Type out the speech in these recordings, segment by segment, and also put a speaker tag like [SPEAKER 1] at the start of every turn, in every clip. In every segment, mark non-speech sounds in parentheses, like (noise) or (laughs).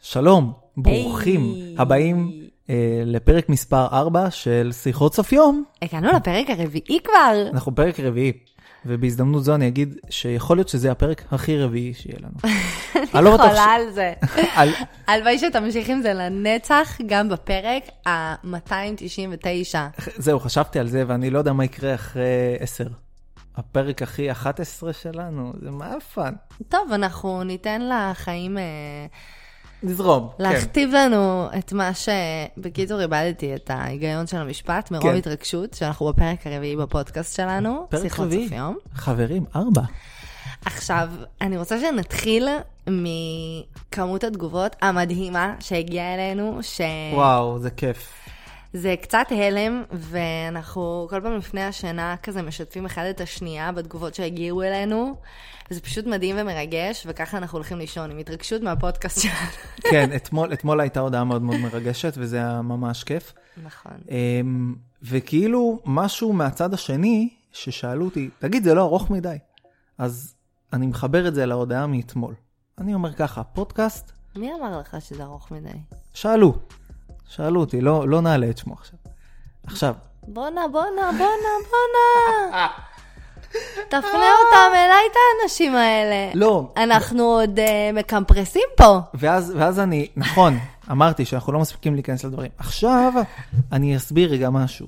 [SPEAKER 1] שלום, ברוכים
[SPEAKER 2] היי.
[SPEAKER 1] הבאים אה, לפרק מספר 4 של שיחות סוף יום.
[SPEAKER 2] הגענו לפרק הרביעי כבר.
[SPEAKER 1] אנחנו בפרק רביעי, ובהזדמנות זו אני אגיד שיכול להיות שזה הפרק הכי רביעי שיהיה לנו. אני לא בטוח ש-
[SPEAKER 2] חולה על זה.
[SPEAKER 1] על-
[SPEAKER 2] הלוואי שתמשיך עם זה לנצח גם בפרק ה-299.
[SPEAKER 1] זהו, חשבתי על זה, ואני לא יודע מה יקרה אחרי 10. הפרק הכי 11 שלנו, זה מאפן.
[SPEAKER 2] טוב, אנחנו ניתן לחיים אה,
[SPEAKER 1] כן. נזרום, כן.
[SPEAKER 2] להכתיב לנו את מה ש... בקיצור, איבדתי את ההיגיון של המשפט מרוב
[SPEAKER 1] כן.
[SPEAKER 2] התרגשות, שאנחנו בפרק הרביעי בפודקאסט שלנו.
[SPEAKER 1] פרק
[SPEAKER 2] שיחות
[SPEAKER 1] רביעי.
[SPEAKER 2] סוף יום.
[SPEAKER 1] חברים, 4.
[SPEAKER 2] עכשיו, אני רוצה שנתחיל מכמות התגובות המדהימה שהגיעה אלינו, ש...
[SPEAKER 1] וואו, זה כיף.
[SPEAKER 2] זה קצת הלם, ואנחנו כל פעם לפני השינה כזה משתפים אחד את השנייה בתגובות שהגיעו אלינו. זה פשוט מדהים ומרגש, וככה אנחנו הולכים לישון עם התרגשות מהפודקאסט שלנו.
[SPEAKER 1] כן, אתמול, אתמול הייתה הודעה מאוד מאוד מרגשת, וזה היה ממש כיף.
[SPEAKER 2] (laughs) נכון.
[SPEAKER 1] אמ, וכאילו, משהו מהצד השני, ששאלו אותי, תגיד, זה לא ארוך מדי? אז אני מחבר את זה להודעה מאתמול. אני אומר ככה, פודקאסט,
[SPEAKER 2] מי אמר לך שזה ארוך מדי?
[SPEAKER 1] שאלו. שאלו אותי, לא, לא נעלה את שמו עכשיו. עכשיו,
[SPEAKER 2] בואנה, בואנה, בואנה, בואנה. (laughs) תפנה אותם אליי, את האנשים האלה.
[SPEAKER 1] לא,
[SPEAKER 2] אנחנו עוד אה, מקמפרסים פה.
[SPEAKER 1] ואז, ואז אני, נכון, אמרתי שאנחנו לא מספיקים להיכנס לדברים. עכשיו, אני אסביר רגע משהו.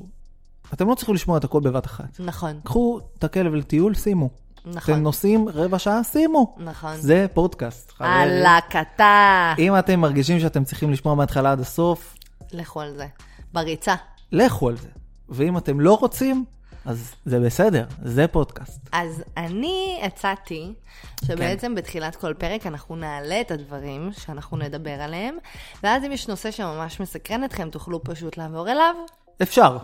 [SPEAKER 1] אתם לא צריכים לשמוע את הכל בבת אחת.
[SPEAKER 2] נכון,
[SPEAKER 1] קחו את הכלב לטיול, שימו. אתם
[SPEAKER 2] נכון,
[SPEAKER 1] נוסעים רבע שעה, שימו.
[SPEAKER 2] נכון.
[SPEAKER 1] כן. זה אה. פודקאסט. חברים.
[SPEAKER 2] הלהקתה.
[SPEAKER 1] אם אתם מרגישים שאתם צריכים לשמוע מההתחלה עד הסוף,
[SPEAKER 2] לכו על זה. בריצה.
[SPEAKER 1] לכו על זה. ואם אתם לא רוצים, אז זה בסדר, זה פודקאסט.
[SPEAKER 2] אז אני הצעתי שבעצם בתחילת כל פרק אנחנו נעלה את הדברים שאנחנו נדבר עליהם, ואז אם יש נושא שממש מסקרן אתכם, תוכלו פשוט לעבור אליו.
[SPEAKER 1] אפשר.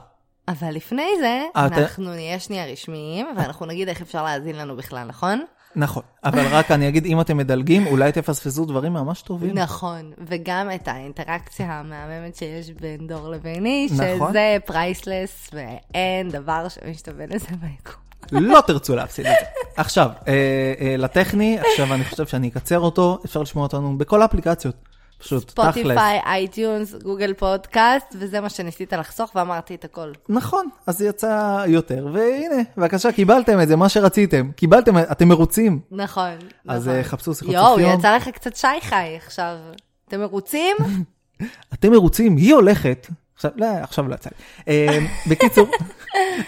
[SPEAKER 2] אבל לפני זה,
[SPEAKER 1] אה, אתה-
[SPEAKER 2] אנחנו נהיה שנייה רשמיים, ואנחנו נגיד איך אפשר להאזין לנו בכלל, נכון?
[SPEAKER 1] נכון. אבל רק אני אגיד, אם אתם מדלגים, אולי תפספסו דברים ממש טובים.
[SPEAKER 2] נכון, וגם את האינטראקציה המהממת שיש בין דור לביני,
[SPEAKER 1] נכון.
[SPEAKER 2] שזה פרייסלס, ואין דבר שמשתווה לזה ביקום.
[SPEAKER 1] לא תרצו להפסיד את זה. עכשיו, אה, אה, לטכני, עכשיו אני חושב שאני אקצר אותו, אפשר לשמוע אותנו בכל האפליקציות. פשוט, תכלס.
[SPEAKER 2] ספוטיפיי, אייטיונס, גוגל פודקאסט, וזה מה שניסית לחסוך ואמרתי את הכל.
[SPEAKER 1] נכון, אז יצא יותר, והנה, בבקשה, קיבלתם את זה, מה שרציתם. קיבלתם, אתם מרוצים.
[SPEAKER 2] נכון.
[SPEAKER 1] אז,
[SPEAKER 2] נכון.
[SPEAKER 1] אה, חפשו שיחות סוף
[SPEAKER 2] יואו,
[SPEAKER 1] יום.
[SPEAKER 2] יצא לך קצת שי חי עכשיו. אתם
[SPEAKER 1] (laughs)
[SPEAKER 2] מרוצים?
[SPEAKER 1] אתם מרוצים, היא הולכת. עכשיו, לא, עכשיו לא יצא לי. אה,
[SPEAKER 2] (laughs)
[SPEAKER 1] בקיצור,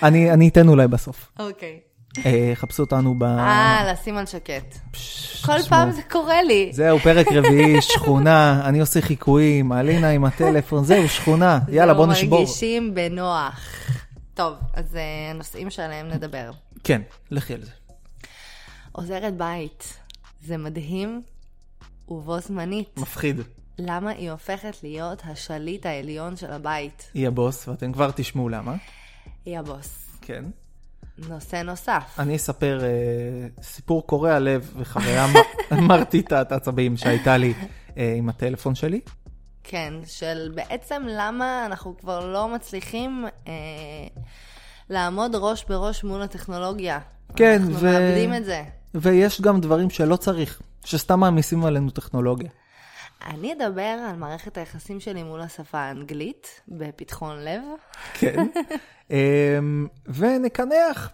[SPEAKER 1] אני, אני אתן אולי בסוף.
[SPEAKER 2] אוקיי.
[SPEAKER 1] אה, חפשו אותנו ב...
[SPEAKER 2] אה, לשים על שקט.
[SPEAKER 1] פש,
[SPEAKER 2] כל
[SPEAKER 1] שמעו.
[SPEAKER 2] פעם זה קורה לי.
[SPEAKER 1] זהו, פרק רביעי, שכונה, אני עושה חיקויים, אלינה עם הטלפון,
[SPEAKER 2] (laughs)
[SPEAKER 1] זהו, שכונה, יאללה, בוא
[SPEAKER 2] זהו,
[SPEAKER 1] נשבור.
[SPEAKER 2] לא מרגישים בנוח. טוב, אז אה, הנושאים שעליהם נדבר.
[SPEAKER 1] כן, לכי על זה.
[SPEAKER 2] עוזרת בית, זה מדהים ובו זמנית.
[SPEAKER 1] מפחיד.
[SPEAKER 2] למה היא הופכת להיות השליט העליון של הבית?
[SPEAKER 1] היא הבוס, ואתם כבר תשמעו למה.
[SPEAKER 2] היא הבוס.
[SPEAKER 1] כן.
[SPEAKER 2] נושא נוסף.
[SPEAKER 1] אני אספר אה, סיפור קורע לב וחוויה מ-
[SPEAKER 2] (laughs)
[SPEAKER 1] מרטיטת עצבים שהייתה לי אה, עם הטלפון שלי.
[SPEAKER 2] כן, של בעצם למה אנחנו כבר לא מצליחים אה, לעמוד ראש בראש מול הטכנולוגיה.
[SPEAKER 1] כן,
[SPEAKER 2] אנחנו
[SPEAKER 1] ו-
[SPEAKER 2] מאבדים את זה.
[SPEAKER 1] ויש גם דברים שלא צריך, שסתם מעמיסים עלינו טכנולוגיה.
[SPEAKER 2] אני אדבר על מערכת היחסים שלי מול השפה האנגלית, בפתחון לב.
[SPEAKER 1] כן. אמ, ונקנח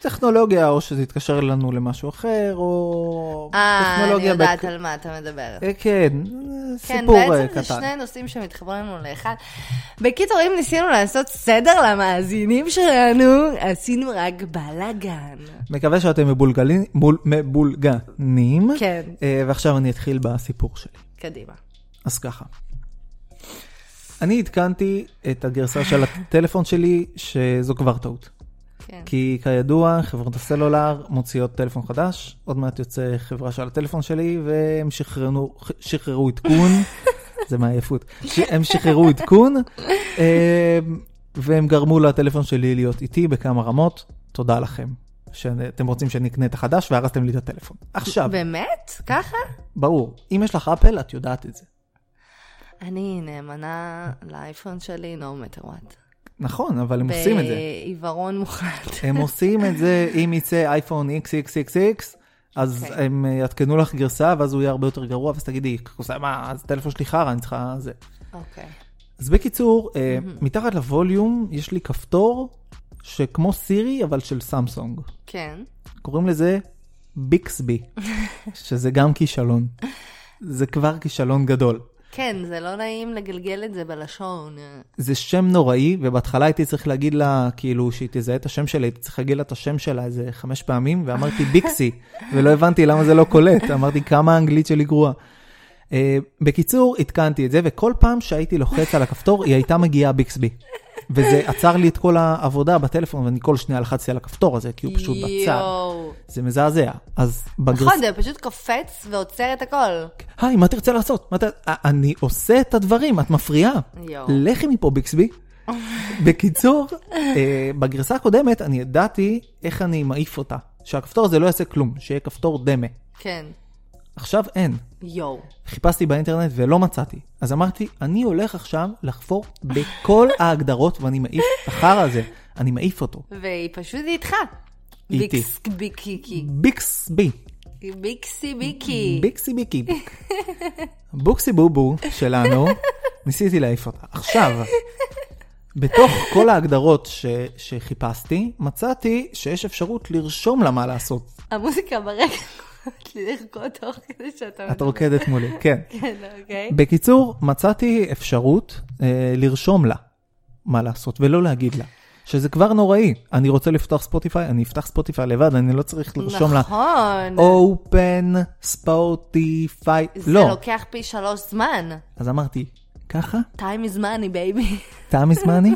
[SPEAKER 1] בטכנולוגיה, או שתתקשר לנו למשהו אחר, או
[SPEAKER 2] אה, אני
[SPEAKER 1] טכנולוגיה...
[SPEAKER 2] יודעת
[SPEAKER 1] בק-
[SPEAKER 2] על מה אתה מדבר.
[SPEAKER 1] אה, כן, אה, סיפור
[SPEAKER 2] כן,
[SPEAKER 1] אה,
[SPEAKER 2] בעצם
[SPEAKER 1] קטן.
[SPEAKER 2] זה שני נושאים שמתחברים לנו לאחד. בקיצור, אם ניסינו לעשות סדר למאזינים שלנו, עשינו רק
[SPEAKER 1] (laughs)
[SPEAKER 2] בלאגן.
[SPEAKER 1] מקווה שאתם מבולגלים, בול, מבולגנים.
[SPEAKER 2] כן.
[SPEAKER 1] אה, ועכשיו אני אתחיל בסיפור שלי.
[SPEAKER 2] קדימה.
[SPEAKER 1] אז ככה. אני עדכנתי את הגרסה של הטלפון שלי, שזו כבר טעות.
[SPEAKER 2] כן.
[SPEAKER 1] כי כידוע, חברות הסלולר מוציאות טלפון חדש, עוד מעט יוצא חברה של הטלפון שלי, והם שחררנו, שחררו עדכון, זה מעייפות, ש- הם שחררו עדכון, אה, והם גרמו לטלפון שלי להיות איתי בכמה רמות, תודה לכם. שאתם רוצים שאני אקנה את החדש והרסתם לי את הטלפון. עכשיו,
[SPEAKER 2] באמת? ככה?
[SPEAKER 1] ברור, אם יש לך אפל, את יודעת את זה.
[SPEAKER 2] אני נאמנה לאייפון שלי, no matter what.
[SPEAKER 1] נכון, אבל הם עושים את זה. כן.
[SPEAKER 2] בעיוורון מוחלט.
[SPEAKER 1] הם עושים את זה, אם יצא אייפון XXXX, אז
[SPEAKER 2] אוקיי.
[SPEAKER 1] הם אה, יעדכנו לך גרסה, ואז הוא יהיה הרבה יותר גרוע, ואז תגידי, "כוס- מה, אז הטלפון שלי חרא, אני צריכה זה.
[SPEAKER 2] אוקיי.
[SPEAKER 1] אז בקיצור, אה, מתחת לווליום יש לי כפתור שכמו סירי, אבל של סמסונג.
[SPEAKER 2] כן.
[SPEAKER 1] קוראים לזה ביקסבי, שזה גם כישלון. זה כבר כישלון גדול.
[SPEAKER 2] כן, זה לא נעים לגלגל את זה בלשון.
[SPEAKER 1] זה שם נוראי, ובהתחלה הייתי צריך להגיד לה, כאילו, שהיא תזהה את השם שלה, הייתי צריך להגיד לה את השם שלה איזה חמש פעמים, ואמרתי ביקסי, ולא הבנתי למה זה לא קולט, אמרתי כמה האנגלית שלי גרועה. Uh, בקיצור, עדכנתי את זה, וכל פעם שהייתי לוחץ על הכפתור, היא הייתה מגיעה ביקסבי. וזה עצר לי את כל העבודה בטלפון, ואני כל שנייה לחצתי על הכפתור הזה, כי הוא פשוט בצד.
[SPEAKER 2] יואו.
[SPEAKER 1] זה מזעזע. אז בגרס...
[SPEAKER 2] נכון, זה פשוט קופץ ועוצר את הכל.
[SPEAKER 1] היי, מה תרצה לעשות? מה ת... א- אני עושה את הדברים, את מפריעה.
[SPEAKER 2] יואו.
[SPEAKER 1] לכי מפה, ביקסבי. בקיצור, אה, בגרסה הקודמת אני ידעתי איך אני מעיף אותה. שהכפתור הזה לא יעשה כלום, שיהיה כפתור דמה.
[SPEAKER 2] כן.
[SPEAKER 1] עכשיו אין.
[SPEAKER 2] יואו.
[SPEAKER 1] חיפשתי באינטרנט ולא מצאתי. אז אמרתי, אני הולך עכשיו לחפור בכל ההגדרות ואני מעיף את החרא הזה. אני מעיף אותו.
[SPEAKER 2] והיא פשוט איתך.
[SPEAKER 1] איתי.
[SPEAKER 2] ביקס- ביקי, קי.
[SPEAKER 1] ביקסבי.
[SPEAKER 2] ביקסי ביקי.
[SPEAKER 1] ביקסי ביקי. ביק. בוקסי בובו
[SPEAKER 2] (laughs)
[SPEAKER 1] שלנו, ניסיתי להעיף אותה. עכשיו, בתוך כל ההגדרות ש, שחיפשתי, מצאתי שיש אפשרות לרשום לה מה לעשות.
[SPEAKER 2] המוזיקה ברקע גורמת לי לרקוד תוך כדי שאתה...
[SPEAKER 1] את רוקדת מולי, כן.
[SPEAKER 2] כן, אוקיי.
[SPEAKER 1] בקיצור, מצאתי אפשרות אה, לרשום לה מה לעשות ולא להגיד לה. שזה כבר נוראי. אני רוצה לפתוח ספוטיפיי, אני אפתח ספוטיפיי לבד, אני לא צריך לרשום לה.
[SPEAKER 2] נכון.
[SPEAKER 1] אופן ספוטיפיי.
[SPEAKER 2] זה
[SPEAKER 1] לא.
[SPEAKER 2] לוקח פי שלוש זמן.
[SPEAKER 1] אז אמרתי, ככה?
[SPEAKER 2] time is money, baby. (laughs)
[SPEAKER 1] תמי זמני,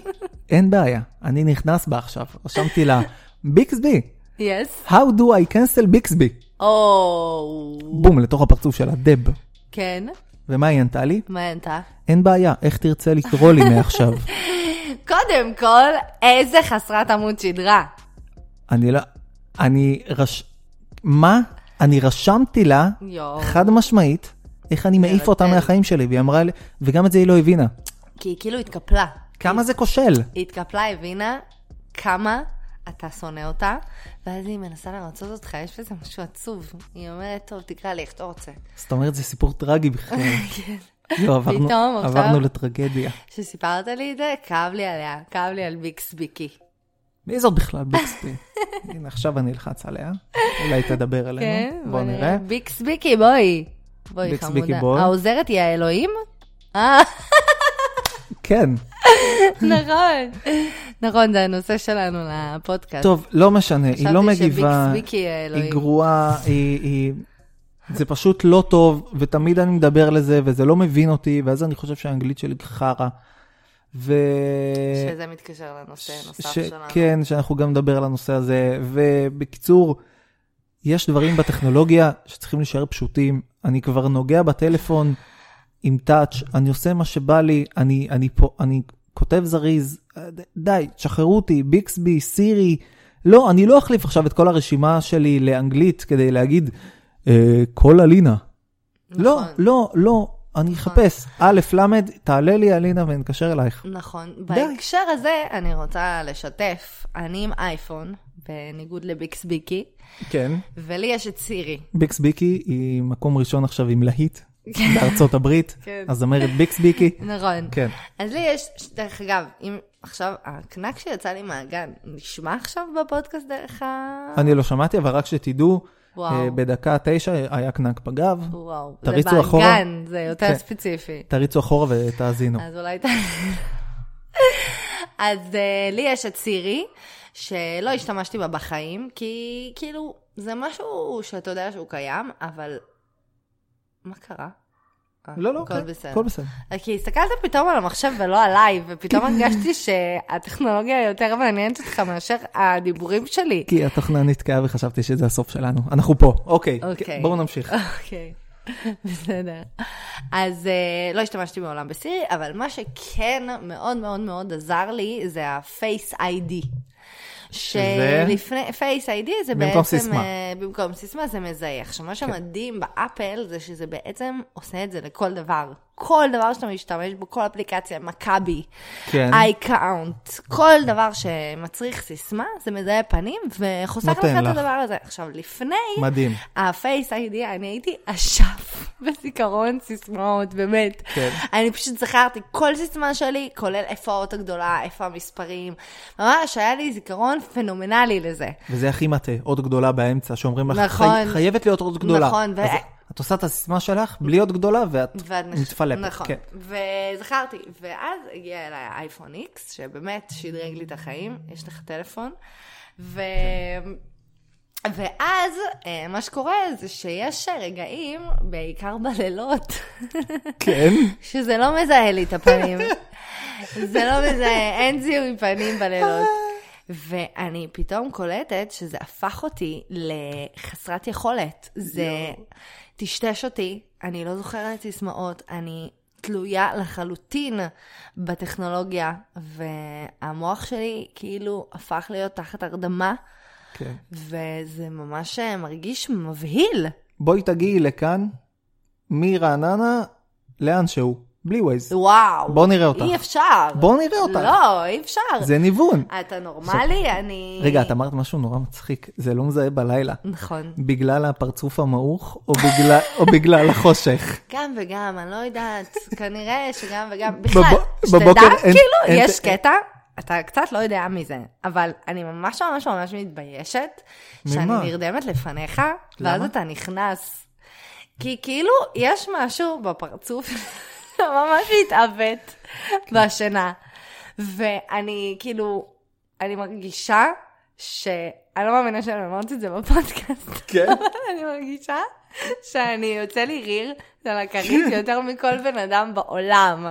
[SPEAKER 1] אין בעיה, אני נכנס בה עכשיו. רשמתי לה, ביקסבי,
[SPEAKER 2] יס.
[SPEAKER 1] How do I cancel ביקסבי?
[SPEAKER 2] או...
[SPEAKER 1] בום, לתוך הפרצוף שלה, דב.
[SPEAKER 2] Oh. כן.
[SPEAKER 1] ומה היא ענתה לי?
[SPEAKER 2] מה אין אתה?
[SPEAKER 1] אין בעיה, איך תרצה לקרוא לי מעכשיו?
[SPEAKER 2] קודם כל, איזה חסרת עמוד שדרה.
[SPEAKER 1] אני לא... אני רש... מה? אני רשמתי לה,
[SPEAKER 2] יואו.
[SPEAKER 1] חד משמעית, איך אני מעיף אותה
[SPEAKER 2] מרתק.
[SPEAKER 1] מהחיים שלי, והיא אמרה לי, וגם את זה היא לא הבינה.
[SPEAKER 2] כי היא כאילו התקפלה.
[SPEAKER 1] כמה זה כושל?
[SPEAKER 2] היא התקפלה, הבינה כמה אתה שונא אותה, ואז היא מנסה לרצות אותך, יש בזה משהו עצוב. היא אומרת, טוב, תקרא לי איך אתה רוצה.
[SPEAKER 1] זאת אומרת, זה סיפור
[SPEAKER 2] (laughs)
[SPEAKER 1] טרגי בכלל. לא, עברנו-
[SPEAKER 2] כן. פתאום, עכשיו-
[SPEAKER 1] עברנו לטרגדיה.
[SPEAKER 2] כשסיפרת לי את זה, כאב לי עליה, כאב לי על ביקסביקי.
[SPEAKER 1] מי זאת בכלל ביקספי? הנה, עכשיו אני אלחץ עליה, אולי תדבר עלינו,
[SPEAKER 2] כן,
[SPEAKER 1] בואו נראה.
[SPEAKER 2] ביקסביקי, בואי. בואי,
[SPEAKER 1] ביקסביקי,
[SPEAKER 2] חמודה.
[SPEAKER 1] בואי.
[SPEAKER 2] העוזרת היא האלוהים? אה,
[SPEAKER 1] כן,
[SPEAKER 2] נכון. נכון, זה הנושא שלנו לפודקאסט.
[SPEAKER 1] טוב, לא משנה, היא לא מגיבה,
[SPEAKER 2] חשבתי שביקסביקי האלוהים.
[SPEAKER 1] היא גרועה, היא... היא- זה פשוט לא טוב, ותמיד אני מדבר לזה, וזה לא מבין אותי, ואז אני חושב שהאנגלית שלי חרא. ו...
[SPEAKER 2] שזה מתקשר לנושא נוסף
[SPEAKER 1] ש-
[SPEAKER 2] שלנו.
[SPEAKER 1] כן, שאנחנו גם נדבר על הנושא הזה. ובקיצור, יש דברים בטכנולוגיה שצריכים להישאר פשוטים. אני כבר נוגע בטלפון עם טאץ', אני עושה מה שבא לי, אני, אני, פה, אני כותב זריז, ד- די, תשחררו אותי, ביקסבי, סירי. לא, אני לא אחליף עכשיו את כל הרשימה שלי לאנגלית כדי להגיד, אה, כל אלינה. לא,
[SPEAKER 2] נכון.
[SPEAKER 1] לא, לא, אני אחפש. א', ל', תעלה לי אלינה ונתקשר אלייך.
[SPEAKER 2] נכון. בהקשר הזה, אני רוצה לשתף, אני עם אייפון, בניגוד לביקסביקי,
[SPEAKER 1] כן.
[SPEAKER 2] ולי יש את סירי.
[SPEAKER 1] ביקסביקי היא מקום ראשון עכשיו עם להיט בארצות
[SPEAKER 2] (laughs)
[SPEAKER 1] הברית,
[SPEAKER 2] כן.
[SPEAKER 1] הזמרת ביקסביקי.
[SPEAKER 2] נכון.
[SPEAKER 1] כן.
[SPEAKER 2] אז לי יש, דרך אגב, אם עכשיו, הקנק שיצא לי מהגן, נשמע עכשיו בפודקאסט דרך ה...
[SPEAKER 1] אני לא שמעתי, אבל רק שתדעו,
[SPEAKER 2] וואו.
[SPEAKER 1] אה, בדקה תשע היה קנק בגב,
[SPEAKER 2] וואו.
[SPEAKER 1] תריצו
[SPEAKER 2] זה
[SPEAKER 1] אחורה.
[SPEAKER 2] באגן, זה יותר
[SPEAKER 1] כן.
[SPEAKER 2] ספציפי.
[SPEAKER 1] תריצו אחורה ותאזינו.
[SPEAKER 2] אז אולי ת... אז אה, לי יש את סירי, שלא השתמשתי בה בחיים, כי כאילו, זה משהו שאתה יודע שהוא קיים, אבל... מה קרה? אה,
[SPEAKER 1] לא, לא,
[SPEAKER 2] הכל
[SPEAKER 1] כן,
[SPEAKER 2] בסדר.
[SPEAKER 1] הכל בסדר.
[SPEAKER 2] כי הסתכלת פתאום על המחשב ולא עליי, ופתאום הרגשתי (laughs) שהטכנולוגיה יותר מעניינת אותך מאשר הדיבורים שלי.
[SPEAKER 1] כי התוכנה נתקעה וחשבתי שזה הסוף שלנו. אנחנו פה, אוקיי,
[SPEAKER 2] אוקיי.
[SPEAKER 1] כן, בואו נמשיך.
[SPEAKER 2] (laughs) אוקיי, בסדר. אז אה, לא השתמשתי מעולם בסירי, אבל מה שכן מאוד מאוד מאוד עזר לי זה ה-Face ID.
[SPEAKER 1] שזה?
[SPEAKER 2] שלפני, פייס איי די זה
[SPEAKER 1] במקום
[SPEAKER 2] בעצם,
[SPEAKER 1] סיסמה.
[SPEAKER 2] אה, במקום סיסמה זה מזהה. עכשיו, מה שמדהים באפל זה שזה בעצם עושה את זה לכל דבר. כל דבר שאתה משתמש בו, כל אפליקציה, מכבי,
[SPEAKER 1] כן.
[SPEAKER 2] אייקאונט, כל דבר שמצריך סיסמה, זה מזהה פנים, וחוסך לך
[SPEAKER 1] נותן
[SPEAKER 2] את
[SPEAKER 1] לך.
[SPEAKER 2] הדבר הזה. עכשיו, לפני,
[SPEAKER 1] מדהים.
[SPEAKER 2] הפייס איי-די, אני הייתי אשף בזיכרון סיסמאות, באמת.
[SPEAKER 1] כן.
[SPEAKER 2] אני פשוט זכרתי כל סיסמה שלי, כולל איפה האות הגדולה, איפה המספרים. ממש היה לי זיכרון פנומנלי לזה.
[SPEAKER 1] וזה הכי מטעה, אות גדולה באמצע, שאומרים לך,
[SPEAKER 2] נכון.
[SPEAKER 1] "חי- חייבת להיות אות גדולה.
[SPEAKER 2] נכון, ו-
[SPEAKER 1] אז את עושה את הסיסמה שלך בלי אות גדולה, ואת
[SPEAKER 2] ואת נש-
[SPEAKER 1] מתפלפת.
[SPEAKER 2] נכון.
[SPEAKER 1] כן.
[SPEAKER 2] וזכרתי. ואז הגיע אליי האייפון איקס, שבאמת שדרג לי את החיים, יש לך טלפון. ו... ואז אה, מה שקורה זה שיש רגעים, בעיקר בלילות,
[SPEAKER 1] כן?
[SPEAKER 2] שזה לא מזהה לי את הפנים. זה לא מזהה, אין זיהוי פנים בלילות. ואני פתאום קולטת שזה הפך אותי לחסרת יכולת. זה טשטש אותי, אני לא זוכרת סיסמאות, אני תלויה לחלוטין בטכנולוגיה, והמוח שלי כאילו הפך להיות תחת הרדמה,
[SPEAKER 1] כן.
[SPEAKER 2] וזה ממש אה, מרגיש מבהיל.
[SPEAKER 1] בואי תגיעי לכאן, מרעננה, לאן שהוא, בלי ווייז.
[SPEAKER 2] וואו.
[SPEAKER 1] בוא נראה אותך.
[SPEAKER 2] אי אפשר.
[SPEAKER 1] בואו נראה אותך.
[SPEAKER 2] לא, אי אפשר.
[SPEAKER 1] זה ניוון.
[SPEAKER 2] אתה נורמלי? אני...
[SPEAKER 1] רגע, את אמרת משהו נורא מצחיק, זה לא מזהה בלילה.
[SPEAKER 2] נכון.
[SPEAKER 1] בגלל הפרצוף המעוך, או בגלל- או בגלל החושך?
[SPEAKER 2] גם וגם, אני לא יודעת, כנראה שגם וגם.
[SPEAKER 1] בב-
[SPEAKER 2] בכלל,
[SPEAKER 1] בבוקר
[SPEAKER 2] שתדע,
[SPEAKER 1] אין-
[SPEAKER 2] כאילו,
[SPEAKER 1] אין-
[SPEAKER 2] יש קטע, אתה קצת לא יודע מזה, אבל אני ממש ממש ממש מתביישת, שאני
[SPEAKER 1] ממה?
[SPEAKER 2] נרדמת לפניך, ואז
[SPEAKER 1] למה?
[SPEAKER 2] אתה נכנס. כי כאילו, יש משהו בפרצוף (laughs) ממש מתעוות
[SPEAKER 1] כן.
[SPEAKER 2] בשינה. ואני כאילו, אני מרגישה ש... אני לא מאמינה שאני אומרת את זה בפודקאסט.
[SPEAKER 1] כן.
[SPEAKER 2] (laughs) אני מרגישה שאני יוצא לי ריר על
[SPEAKER 1] כן.
[SPEAKER 2] הכרית יותר מכל בן אדם בעולם.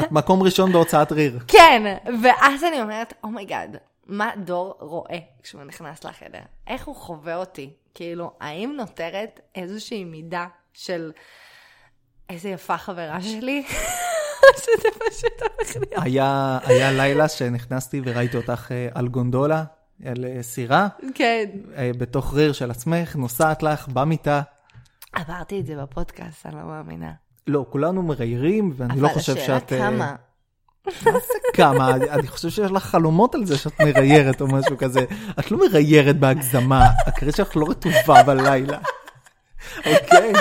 [SPEAKER 1] את מקום ראשון בהוצאת ריר.
[SPEAKER 2] כן, ואז אני אומרת, אומייגאד, מה דור רואה כשהוא נכנס לחדר? איך הוא חווה אותי? כאילו, האם נותרת איזושהי מידה של איזה יפה חברה
[SPEAKER 1] (laughs)
[SPEAKER 2] שלי? שזה פשוט הולך להיות...
[SPEAKER 1] היה היה לילה שנכנסתי וראיתי אותך אה, על גונדולה, על אה, סירה,
[SPEAKER 2] כן.
[SPEAKER 1] אה, בתוך ריר של עצמך, נוסעת לך במיטה.
[SPEAKER 2] עברתי את זה בפודקאסט, אני לא מאמינה.
[SPEAKER 1] לא, כולנו מריירים, ואני לא חושב שאת...
[SPEAKER 2] אבל השאלה
[SPEAKER 1] אה,
[SPEAKER 2] כמה.
[SPEAKER 1] כמה, אני חושב שיש לך חלומות על זה שאת מריירת או משהו כזה. את לא מריירת בהגזמה, הקראת שלך לא רטובה בלילה. אוקיי?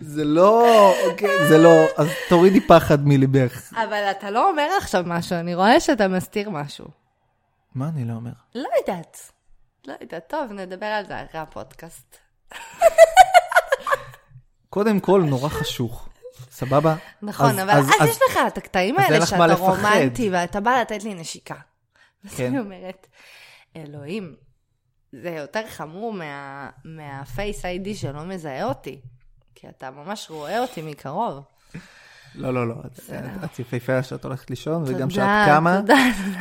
[SPEAKER 1] זה לא, אוקיי, זה לא, אז תורידי פחד מליבך.
[SPEAKER 2] אבל אתה לא אומר עכשיו משהו, אני רואה שאתה מסתיר משהו.
[SPEAKER 1] מה אני לא אומר?
[SPEAKER 2] לא יודעת. לא יודעת. טוב, נדבר על זה אחרי הפודקאסט.
[SPEAKER 1] קודם כל, נורא חשוך. סבבה?
[SPEAKER 2] נכון, אבל אז, יש לך את הקטעים
[SPEAKER 1] אז אין
[SPEAKER 2] האלה
[SPEAKER 1] לך מה
[SPEAKER 2] שאתה
[SPEAKER 1] לפחד.
[SPEAKER 2] רומנטי, ואתה בא לתת לי נשיקה. אז
[SPEAKER 1] כן.
[SPEAKER 2] אני אומרת, אלוהים, זה יותר חמור מה, מהפייס איי-די שלא מזהה אותי, כי אתה ממש רואה אותי מקרוב.
[SPEAKER 1] לא, לא, לא, את- את יפהפייה שאת הולכת לישון, וגם שאת
[SPEAKER 2] תודה,
[SPEAKER 1] קמה,
[SPEAKER 2] תודה,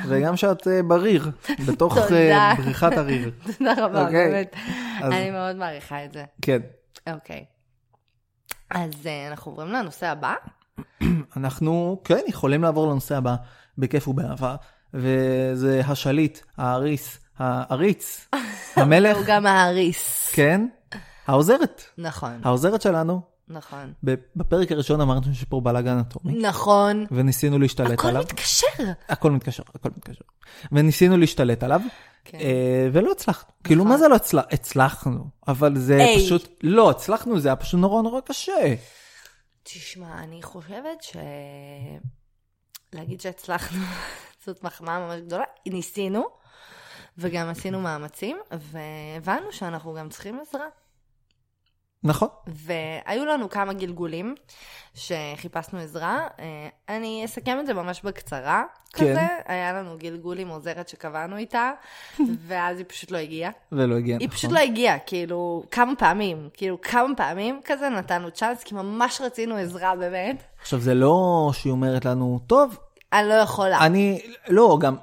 [SPEAKER 1] וגם שאת אה, בריר, בתוך אה,
[SPEAKER 2] תודה.
[SPEAKER 1] בריכת הריר.
[SPEAKER 2] תודה רבה,
[SPEAKER 1] אוקיי.
[SPEAKER 2] באמת.
[SPEAKER 1] אז-
[SPEAKER 2] אני מאוד מעריכה את זה.
[SPEAKER 1] כן.
[SPEAKER 2] אוקיי. אז אה, אנחנו עוברים לנושא הבא.
[SPEAKER 1] אנחנו כן יכולים לעבור לנושא הבא בכיף ובאהבה, וזה השליט, האריס, העריץ,
[SPEAKER 2] (laughs)
[SPEAKER 1] המלך,
[SPEAKER 2] הוא גם האריס.
[SPEAKER 1] כן, העוזרת,
[SPEAKER 2] נכון,
[SPEAKER 1] העוזרת שלנו.
[SPEAKER 2] נכון.
[SPEAKER 1] בפרק הראשון אמרנו שיש פה בלאגן אטומי,
[SPEAKER 2] נכון.
[SPEAKER 1] וניסינו להשתלט
[SPEAKER 2] הכל
[SPEAKER 1] עליו.
[SPEAKER 2] מתקשר.
[SPEAKER 1] הכל מתקשר, הכל מתקשר. וניסינו להשתלט עליו,
[SPEAKER 2] כן. נכון.
[SPEAKER 1] אה, ולא הצלחנו. כאילו, מה זה לא הצלחנו? הצלחנו, אבל זה
[SPEAKER 2] היי.
[SPEAKER 1] פשוט, לא, הצלחנו, זה היה פשוט נורא נורא קשה.
[SPEAKER 2] תשמע, אני חושבת ש... להגיד שהצלחנו, (laughs) זאת מחמאה ממש גדולה. ניסינו, וגם עשינו מאמצים, והבנו שאנחנו גם צריכים עזרה.
[SPEAKER 1] נכון,
[SPEAKER 2] והיו לנו כמה גלגולים שחיפשנו עזרה. אה, אני אסכם את זה ממש בקצרה.
[SPEAKER 1] כן.
[SPEAKER 2] כזה, היה לנו גלגול עם עוזרת שקבענו
[SPEAKER 1] (laughs)
[SPEAKER 2] איתה, ואז היא פשוט לא הגיעה.
[SPEAKER 1] ולא הגיע, נכון.
[SPEAKER 2] היא פשוט לא הגיעה, כאילו, כמה פעמים, כאילו, כמה פעמים כזה נתנו צ'אנס, כי ממש רצינו עזרה באמת.
[SPEAKER 1] עכשיו, זה לא שהיא אומרת לנו, טוב,
[SPEAKER 2] אני לא יכולה.
[SPEAKER 1] אני, לא, גם,